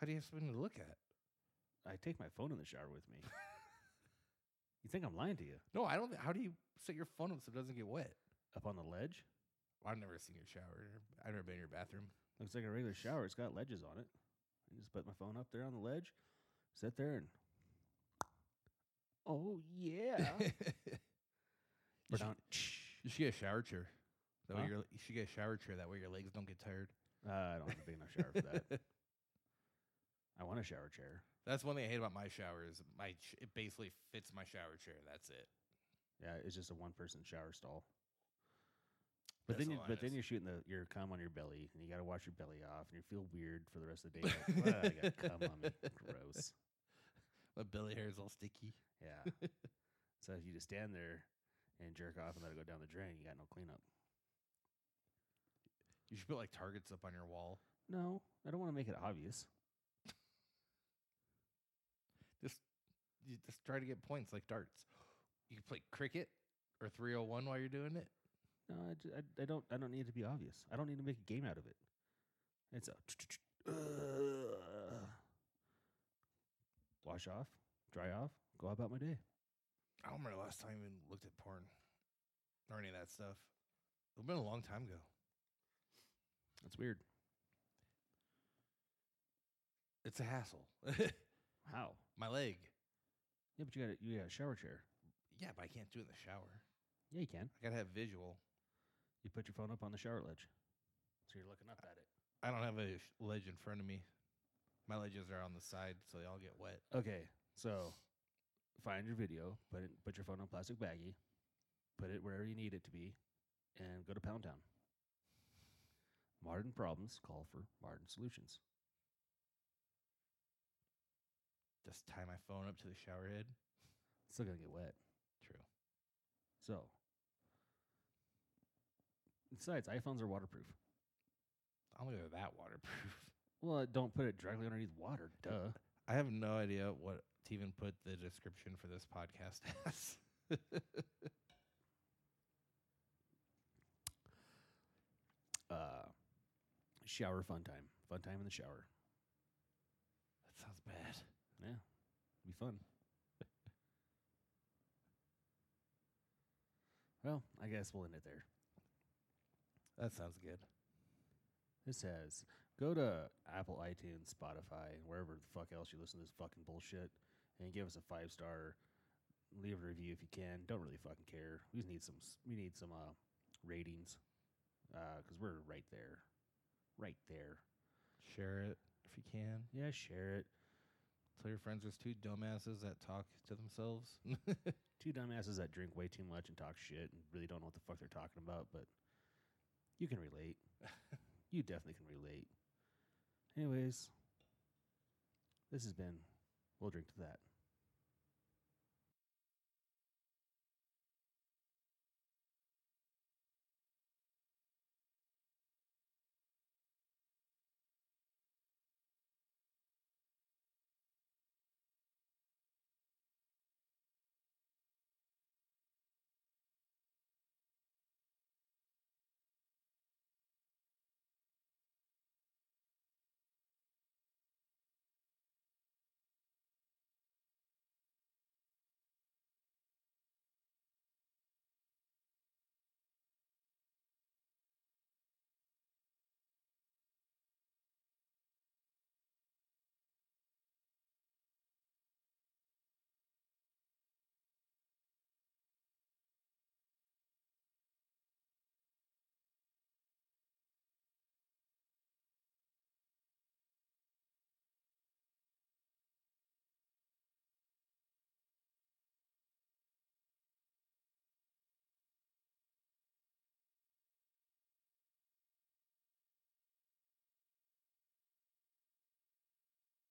How do you have something to look at?
I take my phone in the shower with me. you think I'm lying to you?
No, I don't. thi- How do you set your phone up so it doesn't get wet?
Up on the ledge?
Well, I've never seen your shower. I've never been in your bathroom.
Looks like a regular shower. It's got ledges on it. I just put my phone up there on the ledge, sit there, and oh yeah.
you,
Ba-dun.
should, you should get a shower chair. That
Huh?
way your, you should get a shower chair. That way your legs don't get tired.
uh, I don't have a big enough shower for that. I want a shower chair.
That's one thing I hate about my shower is my sh- it basically fits my shower chair. That's it.
Yeah, it's just a one person shower stall. But
That's
then, you,
all it
but then
is.
you're shooting the, your cum on your belly, and you got to wash your belly off, and you feel weird for the rest of the day. Like, "Wow, I got cum on me. Gross.
My belly hair is all sticky.
Yeah. so if you just stand there and jerk off and let it go down the drain, you got no cleanup.
You should put like targets up on your wall.
No, I don't want to make it obvious.
Just you just try to get points like darts. You can play cricket or 301 while you're doing it.
No, I, ju- Uh, I, I don't. I don't need it to be obvious. I don't need to make a game out of it. It's a wash off, dry off, go about my day.
I don't remember the last time I even looked at porn or any of that stuff. It's been a long time ago.
That's weird.
It's a hassle.
How?
my leg.
Yeah, but you got a, you got a shower chair.
Yeah, but I can't do it in the shower.
Yeah, you can.
I gotta have visual.
You put your phone up on the shower ledge, so you're looking up at it.
I don't have a sh- ledge in front of me. My ledges are on the side, so they all get wet.
Okay, so find your video, put it, put your phone in a plastic baggie, put it wherever you need it to be, and go to Pound Town. Modern problems call for modern solutions.
Just tie my phone up to the shower head.
It's still gonna get wet.
True.
So, besides, iPhones are waterproof.
I don't think they're that waterproof.
Well, uh, don't put it directly underneath water. Duh.
I have no idea what to even put the description for this podcast as.
Uh, shower fun time. Fun time in the shower.
That sounds bad.
Yeah, be fun. well, I guess we'll end it there.
That sounds good.
This says go to Apple, iTunes, Spotify, and wherever the fuck else you listen to this fucking bullshit, and give us a five star. Leave a review if you can. Don't really fucking care. We just need some. s- We need some uh, ratings because we're right there, right there.
Share it if you can.
Yeah, share it.
Tell your friends there's two dumbasses that talk to themselves.
Two dumbasses that drink way too much and talk shit and really don't know what the fuck they're talking about, but you can relate. you definitely can relate. Anyways, this has been. We'll drink to that.